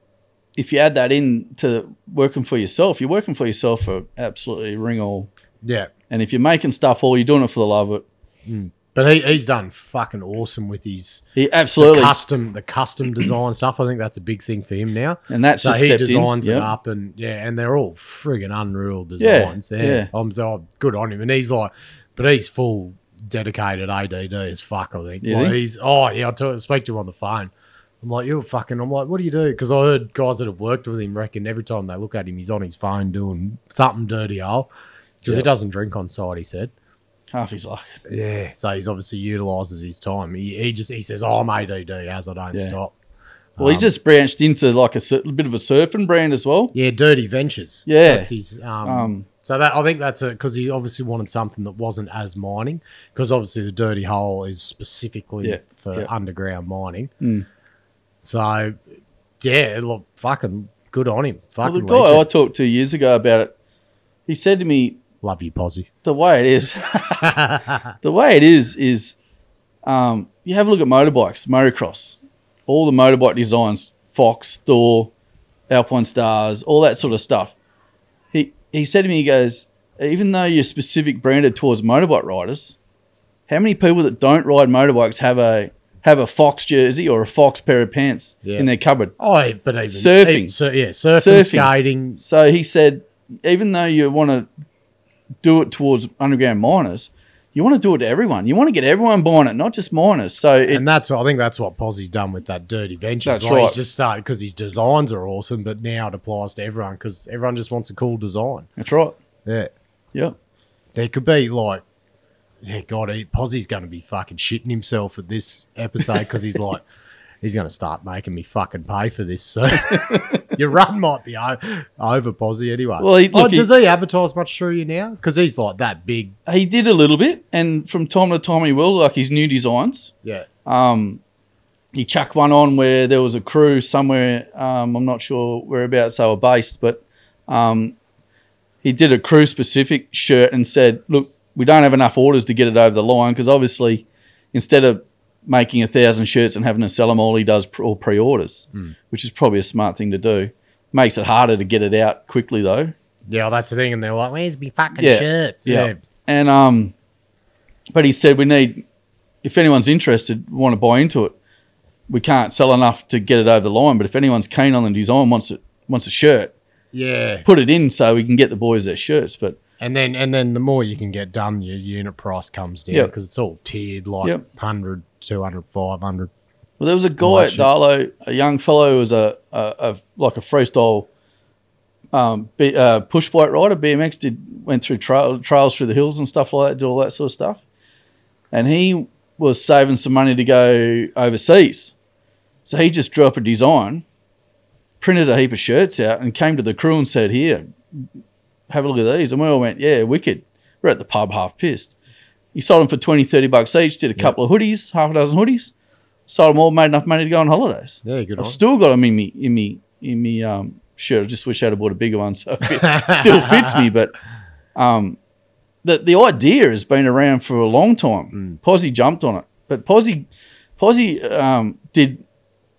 if you add that in to working for yourself, you're working for yourself for absolutely ring all.
yeah.
And if you're making stuff all, you're doing it for the love of it.
But he, he's done fucking awesome with his
He
the
absolutely,
custom the custom design stuff. I think that's a big thing for him now.
and that's
So
just
he
stepped
designs
in.
it
Yep.
up, and yeah, and they're all friggin' unreal designs. Yeah,
yeah.
I'm, so good on him, and he's like, but he's full dedicated ADD as fuck. I think.
You
Like,
think?
he's oh yeah, I talk, speak to him on the phone. I'm like, you're fucking. I'm like, what do you do? Because I heard guys that have worked with him reckon every time they look at him, he's on his phone doing something dirty, all because he
Yep.
doesn't drink on site. He said.
Half his luck.
Yeah, so he's obviously utilises his time. He, he just he says, oh, I'm ADD, as I don't
Yeah.
stop.
Well, he
Um,
just branched into like a sur- bit of a surfing brand as well.
Yeah, Dirty Ventures.
Yeah.
that's his. Um,
Um,
so that I think that's because he obviously wanted something that wasn't as mining, because obviously the Dirty Hole is specifically
Yeah,
for
yeah.
underground mining.
Mm.
So yeah, look, fucking good on him.
well, the
Fucking
guy I
legend.
talked to years ago about it, he said to me,
love you, Posy.
the way it is, the way it is is, um, you have a look at motorbikes, motocross, all the motorbike designs, Fox, Thor, Alpine Stars, all that sort of stuff. He he said to me, he goes, even though you're specific branded towards motorbike riders, how many people that don't ride motorbikes have a have a Fox jersey or a Fox pair of pants
Yeah.
in their cupboard?
Oh, yeah, but even
Surfing.
even sur- yeah, surfing,
Surfing.
skating.
So he said, even though you want to do it towards underground miners, you want to do it to everyone. You want to get everyone buying it, not just miners. So it,
and that's I think that's what Posse's done with that dirty ventures.
That's
like,
right.
He's just started because his designs are awesome, but now it applies to everyone because everyone just wants a cool design.
that's right.
Yeah,
Yeah.
there could be like, yeah, God, he, Posse's going to be fucking shitting himself at this episode because he's like, he's going to start making me fucking pay for this. So your run might be o- over, Posse. Anyway,
Well, he-
oh,
look, he-
does he advertise much through you now? Because he's like that big.
He did a little bit, and from time to time he will, like his new designs.
Yeah,
Um, he chucked one on where there was a crew somewhere. Um, I'm not sure whereabouts they were based, but um, he did a crew specific shirt and said, "Look, we don't have enough orders to get it over the line because obviously, instead of making a thousand shirts and having to sell them all, he does pre- all pre-orders, which is probably a smart thing to do. Makes it harder to get it out quickly though.
yeah, well, that's the thing. And they're like, where's me fucking
Yeah.
shirts? yeah.
And um, but he said we need if anyone's interested, want to buy into it. We can't sell enough to get it over the line, but if anyone's keen on the design, wants it, wants a shirt,
yeah.
put it in so we can get the boys their shirts. But
And then and then the more you can get done, your unit price comes down
Yep.
because it's all tiered like
Yep.
100, 200, 500.
Well, there was a guy at
Watch it.
Darlow, a young fellow who was a, a, a like a freestyle um, B, uh, push bike rider. BMX did went through trail, trails through the hills and stuff like that. Did all that sort of stuff, and he was saving some money to go overseas. So he just drew up a design, printed a heap of shirts out, and came to the crew and said, "Here, have a look at these." And we all went, "Yeah, wicked." We're at the pub, half pissed. He sold them for 20, 30 bucks each. Did a couple of hoodies, half a dozen hoodies sold them all, made enough money to go on holidays.
Yeah, good
I've
on.
still got them in me in me in me um, shirt. I just wish I'd have bought a bigger one, so it fit- still fits me. But um, the the idea has been around for a long
Hmm.
time. Posy jumped on it, but Posy Posy um, did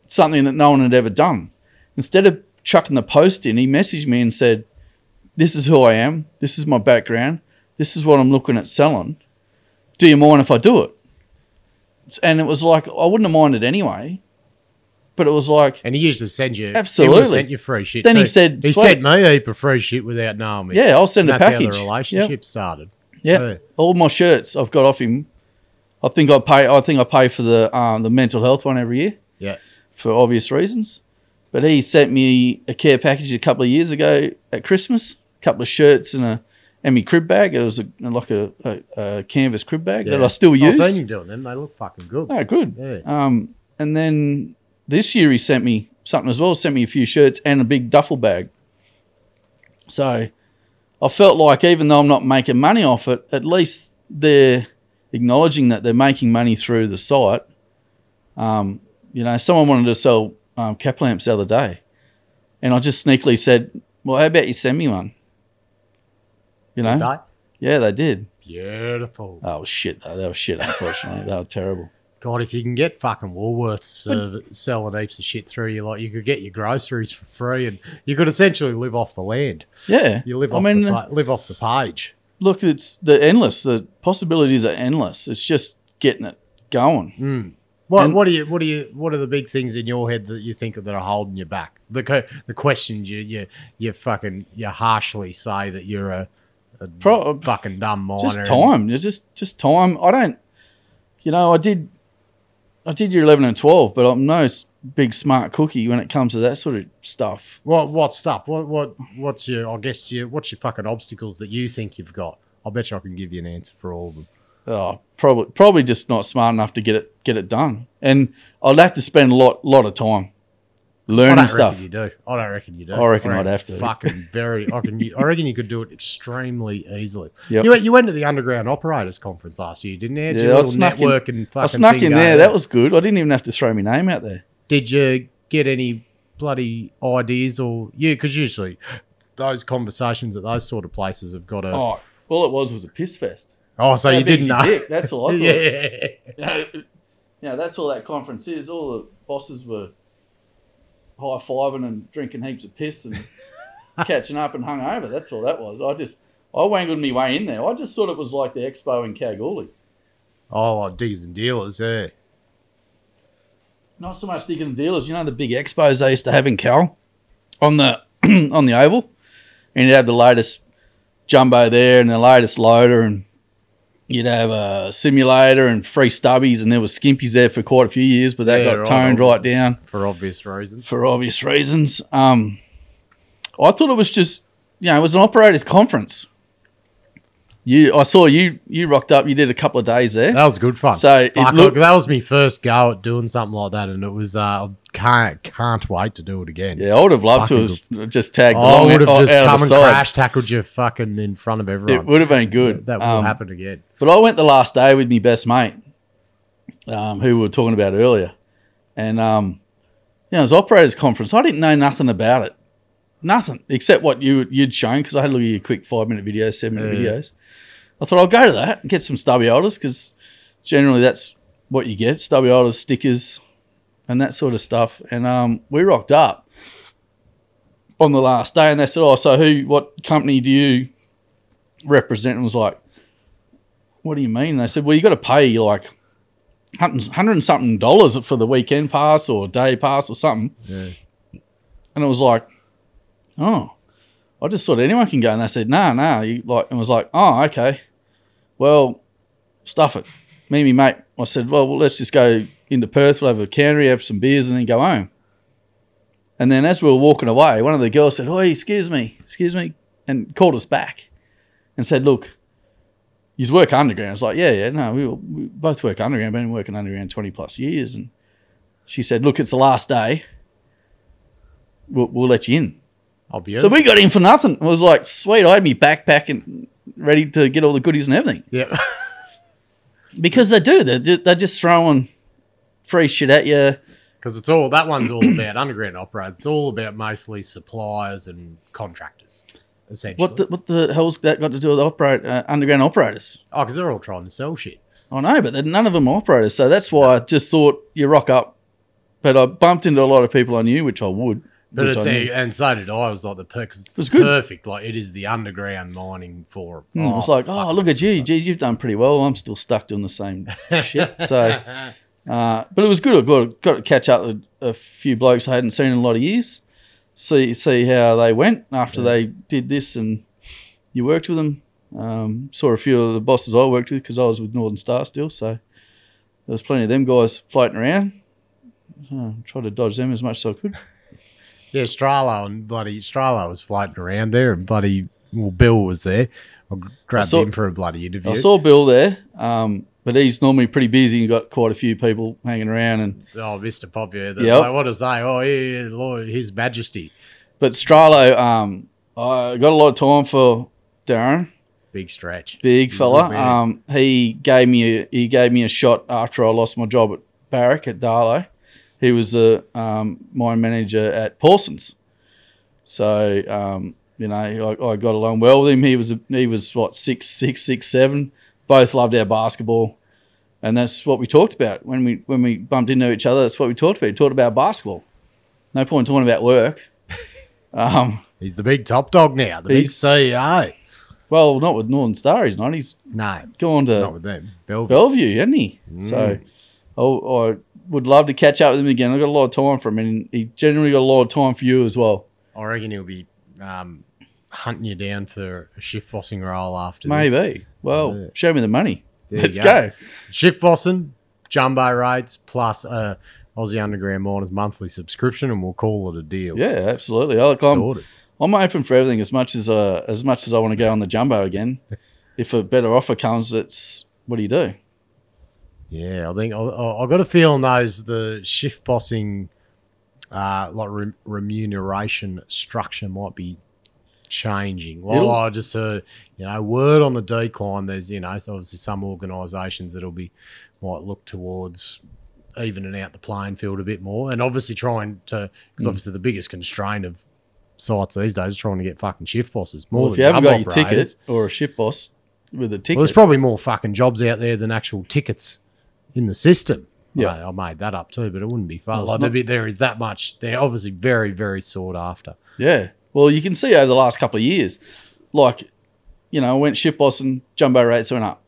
something that no one had ever done. Instead of chucking the post in, he messaged me and said, "This is who I am. This is my background. This is what I'm looking at selling. Do you mind if I do it?" And it was like I wouldn't have minded anyway, but it was like,
And he usually sends you he would've
Absolutely.
sent you free shit.
Then he
too.
said,
he
"Sweet."
sent me a heap of free shit without knowing me.
"Yeah, I'll send
and
a
that's
package."
how the
Yep.
relationship started.
Yeah.
Yeah.
All my shirts I've got off him. I think I pay. I think I pay for the um, the mental health one every year
Yeah,
for obvious reasons. But he sent me a care package a couple of years ago at Christmas. A couple of shirts and a and my crib bag. It was a, like a, a, a canvas crib bag that
yeah. Oh,
I still use.
I've seen you doing them. They look fucking good.
Oh, good.
Yeah.
Um, and then this year he sent me something as well. Sent me a few shirts and a big duffel bag. So I felt like even though I'm not making money off it, at least they're acknowledging that they're making money through the site. Um, you know, someone wanted to sell um, cap lamps the other day, and I just sneakily said, "Well, how about you send me one?" You know,
Right?
yeah, they did.
Beautiful.
That was shit. Though. That was shit. Unfortunately, they were terrible.
God, if you can get fucking Woolworths uh, selling heaps of shit through you, like you could get your groceries for free, and you could essentially live off the land.
Yeah,
You live
I
off
mean,
the, fa- live off the page.
look, it's the endless. The possibilities are endless. It's just getting it going.
Mm. What
And-
what are you what are you what are the big things in your head that you think that are holding you back? The co- the questions you you you fucking you harshly say that you're a, a
Pro-
fucking dumb miner.
Oh, Just
and-
time. It's just just time. I don't. You know, I did. I did year eleven and twelve, but I'm no s- big smart cookie when it comes to that sort of stuff.
What what stuff? What what what's your I guess your what's your fucking obstacles that you think you've got? I bet you I can give you an answer for all of them.
Oh, probably probably just not smart enough to get it get it done. And I'd have to spend a lot lot of time
I
learning
don't
stuff.
reckon you do. I don't reckon you do.
I reckon I'd have to.
Fucking very. I reckon. You, I reckon you could do it extremely easily.
Yep.
You went. You went to the underground operators conference last year, didn't you? Had
Yeah,
your
I
little
snuck in-
network and fucking
I snuck
thing
in there.
going
That
on.
was good. I didn't even have to throw my name out there.
Did you get any bloody ideas or yeah? Because usually those conversations at those sort of places have got a. Oh,
Oh, all it was was a piss fest.
so
How
you
big's
didn't
your
know?
dick? That's all I thought.
yeah.
you know, that's all that conference is. All the bosses were high fiving and drinking heaps of piss and catching up and hungover. That's all that was. I just I wangled me way in there. I just thought it was like the expo in Kalgoorlie.
Oh, like diggers and dealers. Yeah.
Not so much digging and dealers. You know the big expos they used to have in Cal on the on the oval, and you'd have the latest jumbo there and the latest loader, and you'd have a simulator and free stubbies, and there was skimpies there for quite a few years, but they
Yeah,
got
right,
toned
right.
right down.
For obvious reasons.
for obvious reasons. Um, I thought it was just, you know, it was an operators conference. You, I saw you, you rocked up. You did a couple of days there.
That was good fun.
So it
Fuck,
looked-
that was my first go at doing something like that, and it was uh, can't can't wait to do it again.
Yeah, I would have loved to
Fucking
have s- just tagged
I
along
would have
out,
just
out
come
of
and
the side.
crash tackled you fucking in front of
It
everyone.
would have been good.
that will
Um,
happen again.
But I went the last day with my best mate, um, who we were talking about earlier, and um, you know, it was operators conference. I didn't know nothing about it, nothing except what you you'd shown because I had a look at your quick five minute videos, seven minute
Yeah.
videos. I thought I'll go to that and get some stubby holders because generally that's what you get stubby holders, stickers, and that sort of stuff. And um, we rocked up on the last day, and they said, "Oh, so who? What company do you represent?" And I was like what do you mean? They said, well, you got to pay like hundred hundred and something dollars for the weekend pass or day pass or something.
Yeah.
And it was like, oh, I just thought anyone can go. And they said, nah, nah. You like, and was like, oh, okay. Well, stuff it. Me, me, mate. I said, well, well, let's just go into Perth. We'll have a cannery, have some beers, and then go home. And then as we were walking away, one of the girls said, oh, excuse me, excuse me, and called us back and said, look, you work underground. It's like, yeah, yeah, no, we, we both work underground. Been working underground 20 plus years. And she said, look, it's the last day. We'll, we'll let you in.
I'll be
So we got in for nothing. I was like, sweet, I had me backpack and ready to get all the goodies and everything.
yeah.
Because they do, they're just, they're just throwing free shit at you.
because it's all that one's all about underground opera. It's all about mostly suppliers and contractors, essentially.
What the, what the hell's that got to do with operate, uh, underground operators?
oh, because they're all trying to sell shit.
I know, but then none of them are operators. So that's why I just thought you rock up. But I bumped into a lot of people I knew, which I would.
But
which
it's
I
a,
knew.
and so did I. It was like the because it's
It's good.
perfect. Like it is the underground mining for.
Mm, it's like, oh, look at you. Geez, you've done pretty well. I'm still stuck doing the same shit. So, uh, but it was good. I got, got to catch up with a few blokes I hadn't seen in a lot of years. See, see how they went after they did this and you worked with them. Um, saw a few of the bosses I worked with because I was with Northern Star still. So there was plenty of them guys floating around. So I tried to dodge them as much as I could.
Yeah, Stralo and bloody Stralo was floating around there, and bloody well, Bill was there. I grabbed
saw-
him for a bloody interview.
I saw Bill there, um, but he's normally pretty busy and got quite a few people hanging around and
oh, Mister Popier.
Yep.
I want to say, oh yeah, yeah, Lord, His Majesty,
But Stralo, um, I got a lot of time for Darren,
big stretch.
big
He's a
fella.
good man.
Um, he gave me a, he gave me a shot after I lost my job at Barrack at Darlow. He was the um, mine manager at Pawson's, so um, you know I, I got along well with him. He was a, he was what six six six seven. Both loved our basketball, and that's what we talked about when we when we bumped into each other. That's what we talked about. We talked about basketball. No point talking about work. um,
He's the big top dog now. The big E
He's-
CEO.
Well, not with Northern Star, he's not. He's
No,
gone
not
to
with Mm. them. Belleville.
Bellevue, hasn't he? So I, I would love to catch up with him again. I've got a lot of time for him, and he generally got a lot of time for you as well.
I reckon he'll be um, hunting you down for a shift bossing role after this.
Maybe. Well,
Yeah.
show me the money.
There you
Let's go.
Shift bossing, jumbo rates, plus uh, Aussie Underground Miners monthly subscription, and we'll call it a deal.
Yeah, absolutely. I Like, I'm,
Sorted.
I'm open for everything as much as uh, as much as I want to go on the jumbo again. if a better offer comes, that's what do you do?
Yeah, I think I, I, I got a feeling those the shift bossing, uh, like re- remuneration structure might be changing. Well,
It'll-
I just heard, you know, word on the decline. There's, you know, so obviously some organisations that'll be might look towards evening out the playing field a bit more, and obviously trying to
Hmm.
because obviously the biggest constraint of sites these days is trying to get fucking shift bosses more.
Well, if
than
you haven't got
jump
your
operators.
ticket or a ship boss with a ticket,
Well, there's probably more fucking jobs out there than actual tickets in the system.
Yeah.
I, I made that up too, but it wouldn't be
No,
fun.
it's
like,
not.
maybe there is that much. They're obviously very, very sought after.
Yeah. Well, you can see over the last couple of years, like, you know, I went shift boss and jumbo rates went up.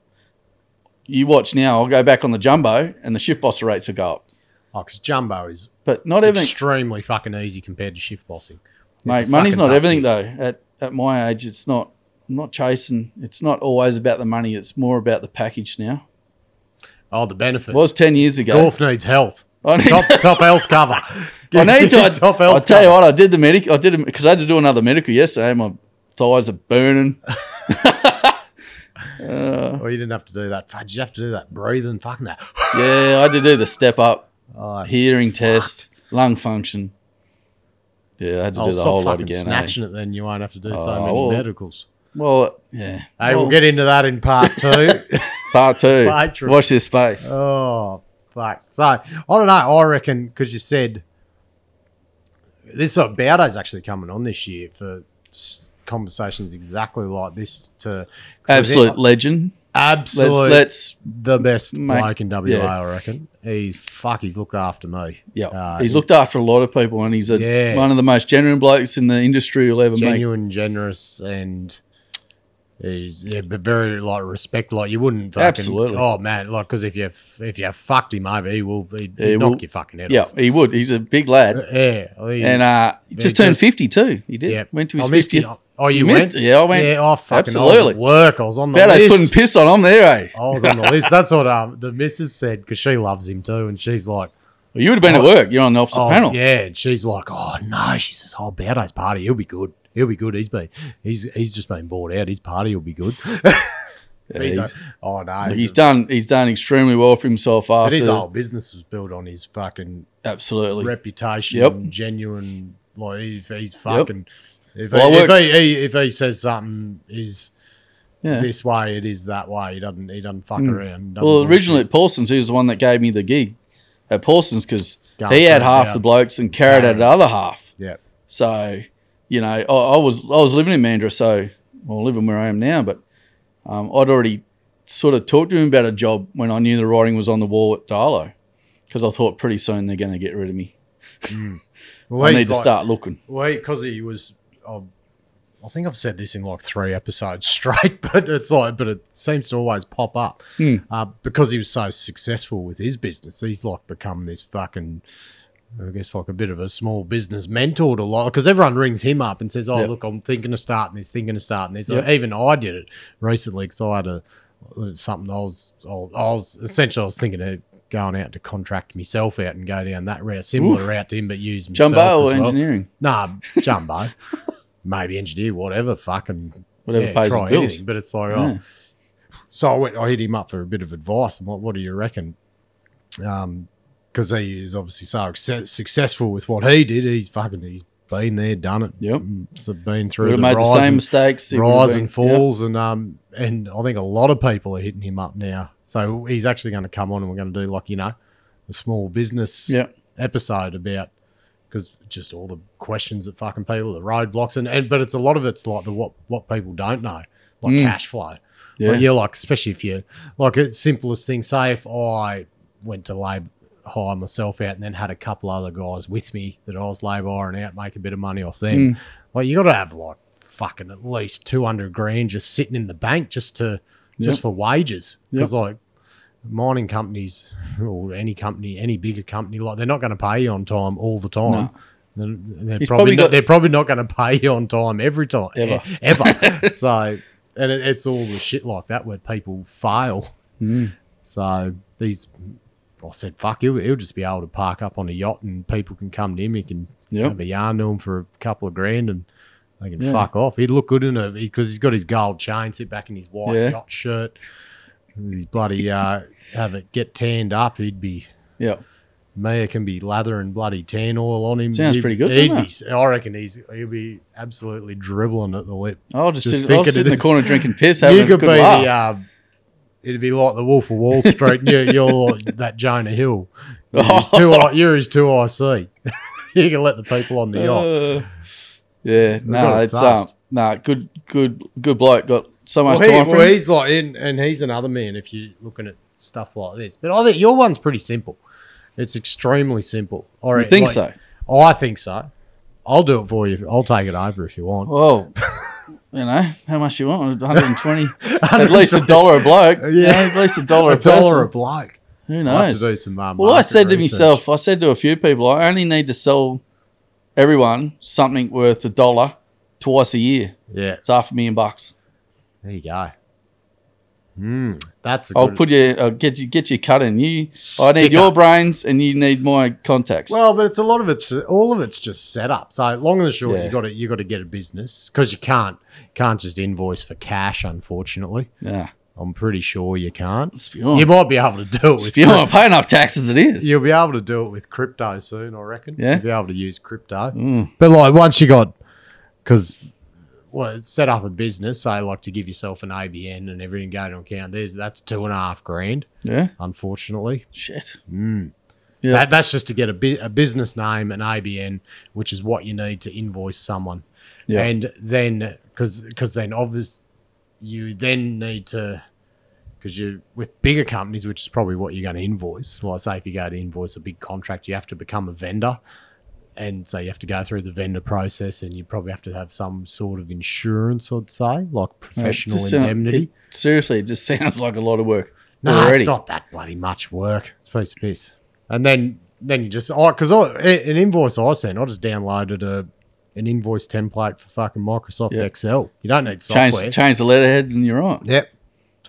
You watch now, I'll go back on the jumbo and the shift boss rates will go up.
Oh, because jumbo is
But not everything,
extremely fucking easy compared to shift bossing. It's a
mate. Money's not
fucking tough
everything,
gig.
though. At, at my age, it's not, I'm not chasing. It's not always about the money. It's more about the package now.
Oh, the benefits.
It was 10 years ago.
Golf needs health.
I need-
top top health cover.
I need to. I,
top
I'll
health.
tell you
cover.
what, I did the medic. I did because I had to do another medical yesterday. My thighs are burning.
Oh, you didn't have to do that. Fudge, you have to do that breathing. Fucking that.
Yeah, I had to do the step up.
Oh,
hearing test, lung function. Yeah, I had to
I'll
do the whole
Oh, stop
lot
fucking
again. eh?
snatching it. Then you won't have to do so
Oh,
many
well.
medicals.
Well, yeah.
Hey,
Well,
we'll get into that in part two.
part two.
Patreon.
Watch this space.
Oh, fuck. So, I don't know. I reckon because you said this sort of Bowdo's actually coming on this year for s- conversations exactly like this to 'cause
Absolute
I think-
legend. Let's
absolute
let's
the best
make-
bloke in WA.
yeah.
I reckon he's fuck. He's looked after me.
yeah.
Uh,
he's looked after a lot of people, and he's a,
Yeah.
one of the most genuine blokes in the industry you'll ever make.
genuine, generous, and he's yeah, but very like respect. Like you wouldn't fucking,
Absolutely.
Oh man, like because if you if you fucked him over, he will he'd,
He
knock
will-
your fucking head
Yeah,
off.
he would. He's a big lad,
Yeah, he-
and uh, he
Very
just turned
good.
fifty too. He did. Went to his
I missed it.
fiftieth.
Oh, you,
You
went?
missed it. Yeah, I went.
Yeah, oh, fucking I was
Absolutely.
at work. I was on the
Bada's putting
list.
piss on. I'm there, eh?
I was on the list. That's what um, the missus said because she loves him too, and she's like,
Well, you would have been at work. You're on the opposite
oh,
panel.
yeah, and she's like, oh no, she says, oh, Bowday's party, he'll be good. He'll be good. He's been, he's he's just been bought out. His party will be good.
Yeah,
He's
he's,
like, oh no,
he's done. He's done extremely well for himself
But
after.
his whole business was built on his fucking
Absolutely.
reputation,
Yep.
and genuine. Like if he's fucking, if,
Well,
he,
I
if,
work-
he, he if he says something is
yeah.
this way, it is that way. He doesn't he doesn't fuck
Mm.
around. Doesn't
Well,
bullshit.
originally at Paulson's, he was the one that gave me the gig at Paulson's because
Garth
he had
Brooks,
half
yeah.
the blokes and Carrot had the other half.
Yeah.
So, you know, I, I was I was living in Mandra, so well, living where I am now, but um, I'd already sort of talked to him about a job when I knew the writing was on the wall at Darlow because I thought pretty soon they're going to get rid of me.
well,
I
he's
need to
like-
start looking.
Well, because he was, I, I think I've said this in like three episodes straight, but it's like, but it seems to always pop up
Hmm.
uh, because he was so successful with his business. He's like become this fucking. I guess like a bit of a small business mentor to lot because everyone rings him up and says, "Oh,
Yep.
look, I'm thinking of starting this, thinking of starting this."
Yep.
Even I did it recently because I had a something I was I was essentially I was thinking of going out to contract myself out and go down that route, similar route to him, but use myself
Jumbo
as
or
well.
engineering,
Nah, jumbo. Maybe engineer, whatever, fucking
whatever
yeah,
pays the
try
bills.
anything. But it's like,
Yeah.
oh. So I went, I hit him up for a bit of advice. And what, what do you reckon? Um, because he is obviously so acce- successful with what he did. He's fucking, he's been there, done it. Mm,
Yep.
So been
Would
through
have
the
made the
rise,
same
and,
mistakes. It would have
rise
been-
and falls, and um, and I think a lot of people are hitting him up now. So he's actually going to come on, and we're going to do like you know, a small business
Yep. yep.
episode about because just all the questions that fucking people, the roadblocks, and, and but it's a lot of it's like the what what people don't know, like
Mm.
cash flow.
Yeah.
Like, you're like, especially if you like it's simplest thing. Say if I went to lab hire myself out and then had a couple other guys with me that I was labouring out, make a bit of money off
Mm.
them. Like you got to have like fucking at least two hundred grand just sitting in the bank just to just
Yep.
for wages because like mining companies or any company, any bigger company, like they're not going to pay you on time all the time.
No.
They're, they're probably
He's probably
not,
got-
they're probably not going to pay you on time every time
Ever.
e- ever. so, and it, it's all the shit like that where people fail.
Mm.
So these, I said, fuck, he'll, he'll just be able to park up on a yacht and people can come to him. He can
Yep.
have a yarn to him for a couple of grand and they can
Yeah.
fuck off. He'd look good in a because he's got his gold chain, sit back in his white
Yeah.
yacht shirt. His bloody uh, have it get tanned up. He'd be
Yep.
Maya can be lathering bloody tan oil on him.
Sounds
He'd-
pretty good,
He'd
doesn't
be, I reckon he's he'll be absolutely dribbling at the lip.
I'll just,
Just
sit, I'll
thinking
sit
of
in the
this.
corner drinking piss, having
you
a
could
good
be
laugh.
the. Uh, it'd be like the Wolf of Wall Street. and you're, you're that Jonah Hill. You're his two, I- you're his two IC. you can let the people on the yacht.
Uh, yeah, no,
got it
it's um,
sussed.
nah, good, good, good bloke. Got so much
well, he-
time for
well,
him.
he's like, and, and he's another man if you're looking at stuff like this. But I think your one's pretty simple. It's extremely simple. All
I
right,
think
like-
so.
I think so. I'll do it for you. I'll take it over if you want.
Well, you know how much you want? 120, at least a dollar a bloke. Yeah, at least a dollar a,
A dollar a
person.
bloke.
Who
I'll have
knows?
to do some, uh,
Well, I
market
said to
research.
myself, I said to a few people, I only need to sell everyone something worth a dollar twice a year.
Yeah,
It's half a million bucks.
there you go. Hmm, that's a
I'll
good.
put you, I'll get you, get you cut in. You, I
Stick
need your
up.
brains, and you need my contacts.
well, but it's a lot of it's all of it's just set up. So long and the short,
Yeah.
you got to you got to get a business because you can't can't just invoice for cash. Unfortunately,
yeah.
I'm pretty sure you can't.
It's beyond-
You might be able to do it
If
with
you
crypto.
want to pay enough taxes, it is.
You'll be able to do it with crypto soon, I reckon.
Yeah?
You'll be able to use crypto.
Mm.
But like once you got, because well, it's set up a business, so like to give yourself an ABN and everything go to account, there's that's two and a half grand.
Yeah.
Unfortunately,
Shit.
yeah.
Yeah.
that, that's just to get a, bu- a business name, an ABN, which is what you need to invoice someone,
Yeah.
and then because because then obvious you then need to because you with bigger companies, which is probably what you're going to invoice. Like say if you go to invoice a big contract, you have to become a vendor, and so you have to go through the vendor process, and you probably have to have some sort of insurance, I'd say, like
Mate,
professional
just sound-
indemnity.
it- seriously, it just sounds like a lot of work.
No,
already.
it's not that bloody much work. It's a piece of piss. And then then you just oh because an invoice I sent, I just downloaded a an invoice template for fucking Microsoft
Yeah.
Excel. You don't need software.
Change change the letterhead and you're on.
Yep.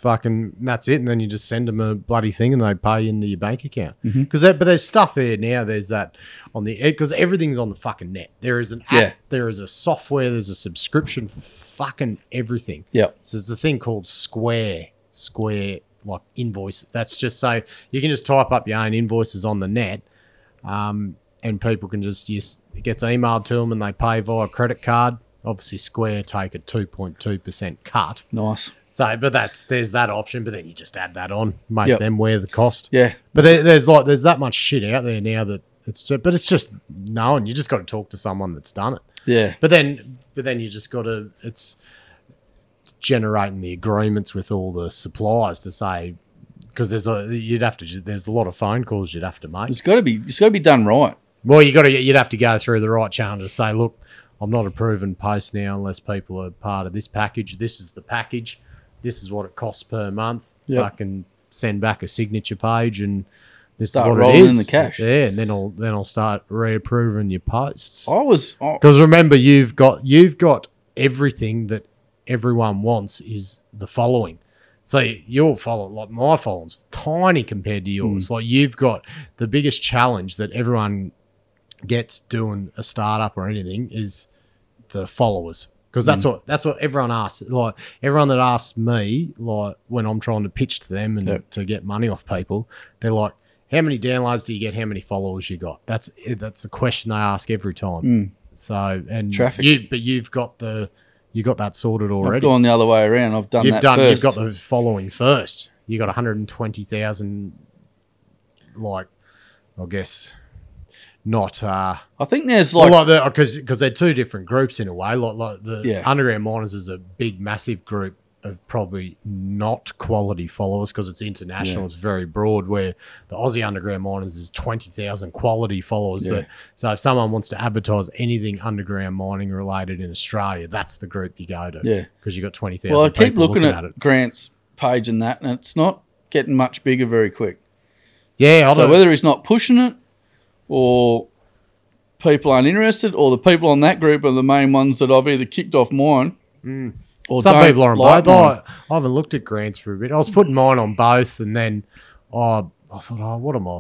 Fucking and that's it, and then you just send them a bloody thing, and they pay into your bank account. Because but there's stuff there now. There's that on the because everything's on the fucking net. There is an app,
Yeah.
there is a software, there's a subscription, fucking everything.
Yep.
So there's a thing called Square, Square like invoice. That's just so you can just type up your own invoices on the net, um, and people can just use it gets emailed to them, and they pay via credit card. Obviously, Square take a two point two percent cut.
Nice.
So, but that's there's that option, but then you just add that on, make
Yep.
them wear the cost.
Yeah.
But there, there's like there's that much shit out there now that it's just, but it's just known. You just got to talk to someone that's done it.
Yeah.
But then, but then you just got to it's generating the agreements with all the suppliers to say because there's a you'd have to there's a lot of phone calls you'd have to make.
It's got to be it's got to be done right.
Well, you got to you'd have to go through the right channel to say, look, I'm not approving posts now unless people are part of this package. This is the package. This is what it costs per month.
Yep.
I can send back a signature page and this
Start
is what
rolling
it
in
is.
the cash.
Yeah, and then I'll then I'll start reapproving your posts.
I was I,
Because remember, you've got you've got everything that everyone wants is the following. So your follow like my following's tiny compared to yours. Like you've got the biggest challenge that everyone gets doing a startup or anything is the followers. Because
Mm.
that's what that's what everyone asks. Like everyone that asks me, like when I'm trying to pitch to them and
Yep.
to get money off people, they're like, "How many downloads do you get? How many followers you got?" That's that's the question they ask every time. So and
Mm. Traffic.
You, but you've got the you got that sorted
I've
already.
gone the other way around. I've done
You've
that
done.
1st
you You've got the following first. You got one hundred and twenty thousand, like, I guess, not. uh
I think there's
well,
like,
like because because they're two different groups in a way. Like like the
Yeah.
underground miners is a big massive group of probably not quality followers because it's international.
Yeah.
It's very broad. Where the Aussie underground miners is twenty thousand quality followers.
Yeah.
That, so if someone wants to advertise anything underground mining related in Australia, that's the group you go to.
Yeah.
because you got twenty thousand.
well, I keep
people
looking,
looking
at,
it.
Grant's page and that, and it's not getting much bigger very quick.
Yeah, I
So
don't,
whether he's not pushing it, or people aren't interested, or the people on that group are the main ones that I've either kicked off mine, or
Some
don't
people are on
like
both.
mine.
I, I haven't looked at grants for a bit. I was putting mine on both, and then I I thought, oh, what am I?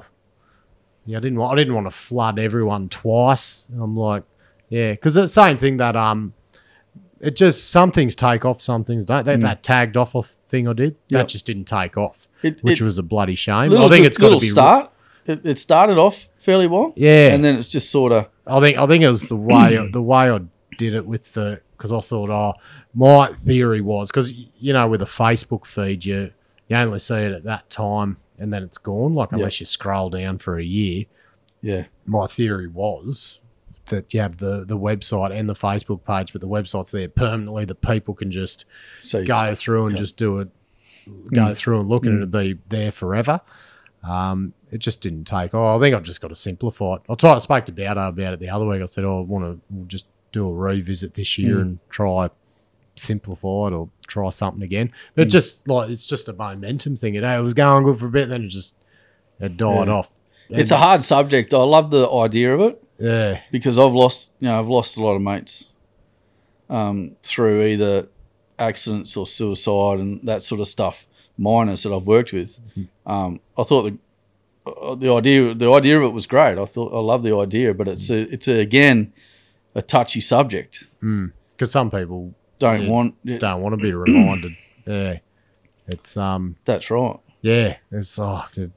Yeah, I didn't want I didn't want to flood everyone twice. And I'm like, yeah, because the same thing that um, it just some things take off, some things don't. That, that tagged off thing I did
Mm. Yep.
that just didn't take off,
It-
which
it-
was a bloody shame.
Little,
I think it's got to
little
be.
start. It, it started off fairly well,
Yeah.
and then it's just sort of
I think I think it was the way the way I did it with the because I thought oh my theory was because you know with a Facebook feed you you only see it at that time and then it's gone like unless you scroll down for a year.
yeah,
My theory was that you have the the website and the Facebook page, but the website's there permanently that people can just
so you
go through and
yeah.
just do it, go
Mm.
through and look, and it'll be there forever. Um, it just didn't take. Oh, I think I've just got to simplify it. I tried. I spoke to Bowder about it the other week. I said, "Oh, I want to we'll just do a revisit this
Mm.
year and try simplify it or try something again." But
Mm.
it just like it's just a momentum thing. It, it was going good for a bit, then it just it died
Yeah.
off.
It's a hard subject. I love the idea of it
yeah,
because I've lost, you know, I've lost a lot of mates um, through either accidents or suicide and that sort of stuff. Minors that I've worked with.
Mm-hmm.
Um, I thought the uh, the idea the idea of it was great. I thought I love the idea, but it's a, it's a, again a touchy subject.
because some people
Don't
Yeah.
want it.
don't want to be reminded. yeah, it's um.
That's right.
Yeah, it's oh, dude.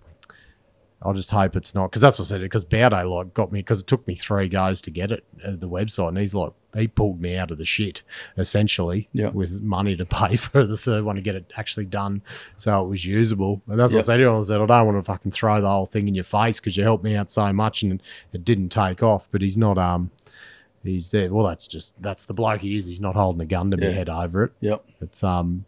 I just hope it's not because that's what I said. Because Bowday like got me because it took me three goes to get it at the website, and he's like he pulled me out of the shit essentially
Yeah.
with money to pay for the third one to get it actually done, so it was usable. And that's
Yeah.
what I said. to him, I said I don't want to fucking throw the whole thing in your face because you helped me out so much and it didn't take off. But he's not um. He's there. Well, that's just that's the bloke he is. He's not holding a gun to my
Yeah.
head over it.
Yep.
It's um,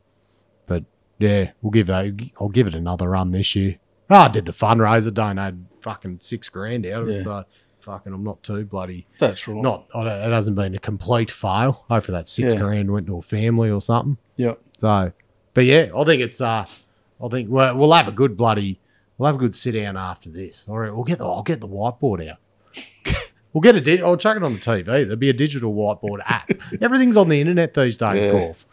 but yeah, we'll give that. I'll give it another run this year. Oh, I did the fundraiser, donated fucking six grand out of
Yeah.
it. So fucking, I'm not too bloody.
That's right.
Not I don't- it hasn't been a complete fail. Hopefully that six
Yeah.
grand went to a family or something.
Yep.
So, but yeah, I think it's uh, I think we'll, we'll have a good bloody, we'll have a good sit down after this. All right, we'll get the I'll get the whiteboard out. We'll get a. Di- I'll chuck it on the TV. There'll be a digital whiteboard app. Everything's on the internet these days,
Yeah.
Corf.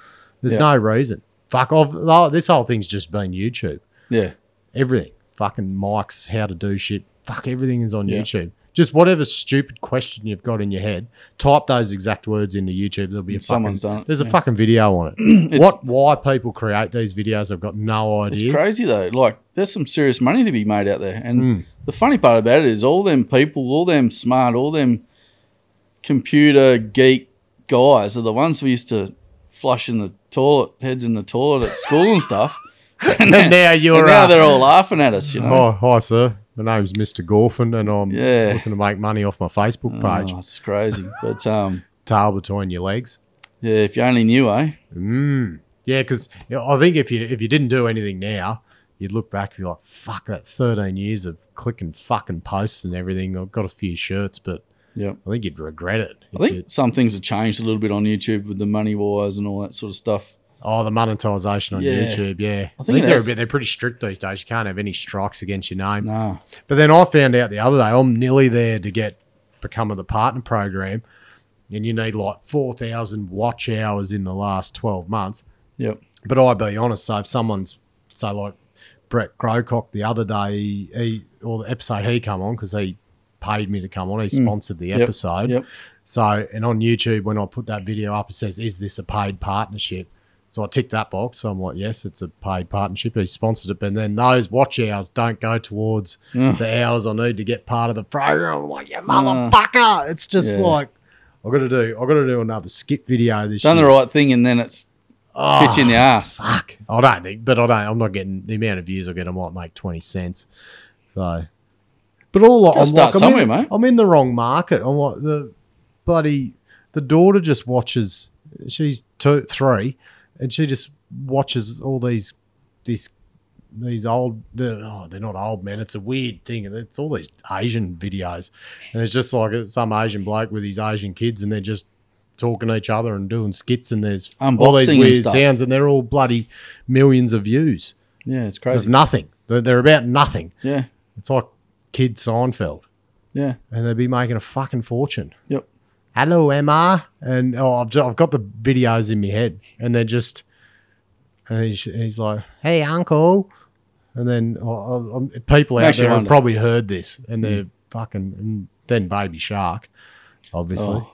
There's
Yeah.
no reason. Fuck off. Oh, This whole thing's just been YouTube.
Yeah.
Everything. Fucking mics, how to do shit. Fuck, everything is on
Yeah.
YouTube. Just whatever stupid question you've got in your head, type those exact words into YouTube. There'll be a
And someone's
fucking,
done it,
There's a
yeah.
fucking video on it. what? Why people create these videos? I've got no
It's
idea.
crazy though. Like there's some serious money to be made out there. And
Hmm.
the funny part about it is all them people, all them smart, all them computer geek guys are the ones we used to flush in the toilet, heads in the toilet at school and stuff. And,
And now
and
you're Oh,
now
uh,
they're all laughing at us, you know.
Hi, hi, sir. My name's Mr. Gorfin, and I'm
Yeah.
looking to make money off my Facebook page.
Oh, it's crazy. But um,
Tail between your legs.
yeah, if you only knew, eh?
Mm. Yeah, because I think if you if you didn't do anything now, you'd look back and be like, "Fuck that! Thirteen years of clicking fucking posts and everything. I've got a few shirts, but
Yep.
I think you'd regret it.
I
if
think
you-
some things have changed a little bit on YouTube with the money wars and all that sort of stuff.
oh, the monetization on
Yeah.
YouTube. Yeah, I think,
think it
they're a
has-
bit, they're pretty strict these days. You can't have any strikes against your name.
Nah.
But then I found out the other day I'm nearly there to get become of the partner program, and you need like four thousand watch hours in the last twelve months.
Yep.
But I be honest, so if someone's so like Brett Grocock the other day, he, he or the episode he come on because he paid me to come on, he sponsored the
Mm. Yep.
episode.
Yep.
So and on YouTube when I put that video up, it says, "Is this a paid partnership?" So I tick that box. So I'm like, "Yes, it's a paid partnership." He sponsored it, but then those watch hours don't go towards
Mm.
the hours I need to get part of the program. I'm like, "You motherfucker!" It's just
Yeah.
like I got to do. I got to do another skip video this
Done the
year.
right thing and then it's
Oh,
pitch in the ass.
fuck. I don't think, but I don't. I'm not getting the amount of views I get. I might make twenty cents. So, but all I- I'm
start
like, I'm, in,
somewhere, mate.
I'm in the wrong market. I'm like the bloody the daughter just watches. She's two, three, and she just watches all these this these old. They're, oh, they're not old men. It's a weird thing. and It's all these Asian videos, and it's just like it's some Asian bloke with his Asian kids, and they're just talking to each other and doing skits, and there's all
Unboxing
these
and
weird
stuff.
sounds, and they're all bloody millions of views.
Yeah, it's
There's
crazy.
nothing. They're, they're about nothing.
Yeah.
It's like Kid Seinfeld,
Yeah.
and they'd be making a fucking fortune.
Yep.
Hello, Emma, and oh, I've just, I've got the videos in my head, and they're just, and he's, he's like, "Hey, uncle," and then oh, oh, oh, people out
Makes you
there have
wonder. Mm.
probably heard this, and they're fucking, and then Baby Shark, obviously.
Oh.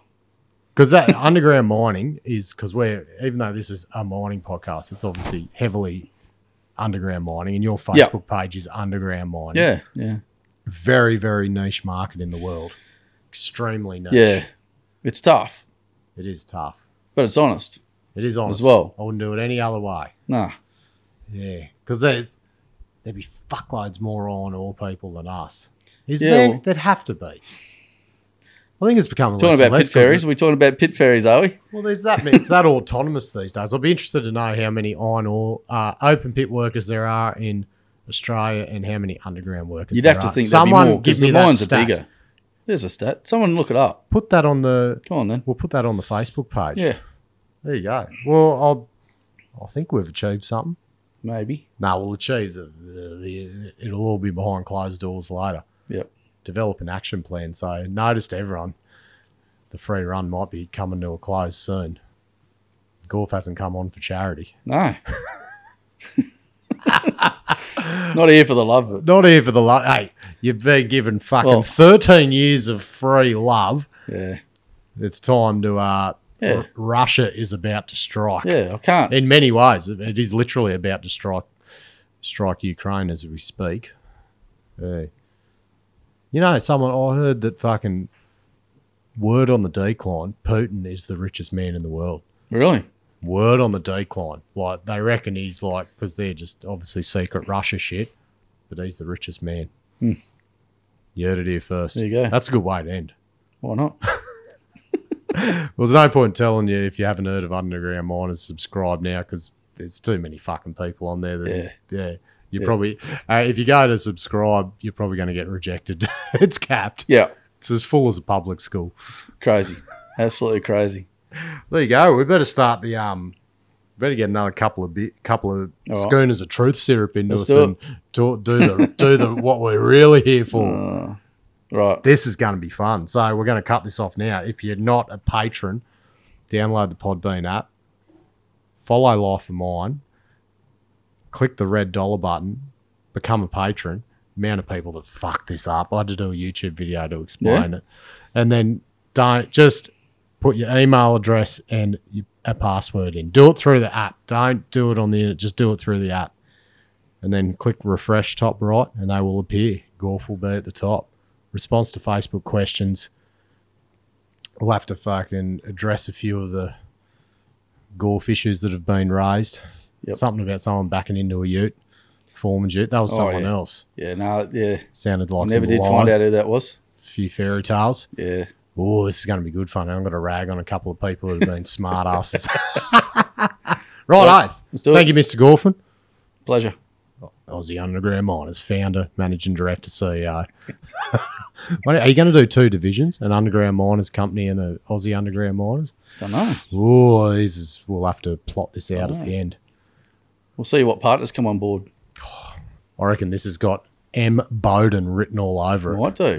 Because that underground mining is because we're even though this is a mining podcast, it's obviously heavily underground mining, and your Facebook
Yep.
page is underground mining.
Yeah. Yeah.
very very niche market in the world, extremely niche.
Yeah. It's tough,
it is tough.
but it's honest.
It is honest.
well.
I wouldn't do it any other way.
Nah.
Yeah, because there's there'd be fuckloads more on all people than us. Is
Yeah,
there?
well-
There'd have to be. I think it's become
Talking
less and
about
less
pit
'cause
fairies. Are we talking about pit fairies, are we?
Well, there's that. It's that autonomous these days. I'll be interested to know how many iron ore uh, open pit workers there are in Australia and how many underground workers.
You'd
there
have to
are.
think there'd
someone
be more
give
because
me
the
that
mines are
stat.
bigger. There's a stat. Someone look it up.
Put that on the.
Come on then.
We'll put that on the Facebook page.
Yeah.
there you go. Well, I'll. I think we've achieved something.
Maybe.
No, we'll achieve the, the, the. It'll all be behind closed doors later.
Yep.
Develop an action plan. So notice to everyone, the free run might be coming to a close soon. Gorf hasn't come on for charity.
No. Not here for the love of it.
Not here for the love. Hey, you've been given fucking
Well-
13 years of free love.
Yeah.
It's time to, uh,
Yeah.
R- Russia is about to strike.
Yeah. I can't.
In many ways, it- it is literally about to strike, strike Ukraine as we speak. Hey. You know, someone, I heard that fucking word on the decline Putin is the richest man in the world.
Really?
Word on the decline. Like, they reckon he's like, because they're just obviously secret Russia shit, but he's the richest man. You heard it here first.
Hmm. There you go.
That's a good way to end.
Why not?
Well, there's no point telling you if you haven't heard of Underground Miners, subscribe now because there's too many fucking people on there. That is- yeah. You're
Yeah.
probably, uh, if you go to subscribe, you're probably going to get rejected. it's capped.
Yeah.
It's as full as a public school.
Crazy. Absolutely crazy.
There you go. We better start the, um, better get another couple of bit, couple of
All right.
schooners of truth syrup into
Let's
us
do
and do, do the, do the, what we're really here for.
Uh, Right.
This is going to be fun. So we're going to cut this off now. If you're not a patron, download the Podbean app, follow Life of Mine, click the red dollar button, become a patron. Amount of people that fuck this up. I had to do a YouTube video to explain it, and then don't just put your email address and your, a password in. Do it through the app. Don't do it on the internet. Just do it through the app, and then click refresh top right, and they will appear. Gorf will be at the top. Response to Facebook questions. We'll have to fucking address a few of the Gorf issues that have been raised.
Yep.
Something about someone backing into a Ute, Foreman's Ute. That was
Oh,
someone
yeah.
else.
Yeah. No. Yeah.
Sounded
I
like
never
some
did
lie.
find out who that was.
few fairy tales.
Yeah.
Oh, this is going to be good fun. I'm going to rag on a couple of people who've been smart asses. right, oath.
Let's do
Thank
it.
you, Mr. Gorfin.
Pleasure.
Aussie Underground Miners, founder, managing director, E CEO. What- Are you going to do two divisions, an underground miners company and an Aussie underground miners?
Don't know.
Oh, this is, we'll have to plot this out
Oh.
at the end.
We'll see what partners come on board.
I reckon this has got M. Bowden written all over it.
Might do.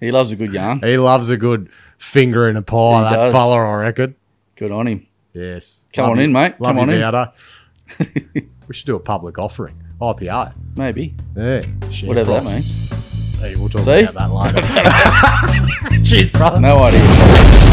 he loves a good yarn.
He loves a good finger in a pie,
He
that
does.
fella, I reckon.
Good on him.
Yes.
Come on
you-
in, mate.
Love
Come on
you,
in.
Dowder. we should do a public offering. IPO.
Maybe.
Yeah. Share
Whatever that
price.
means.
Hey, we'll talk
See?
about that later. Cheers, brother.
No idea.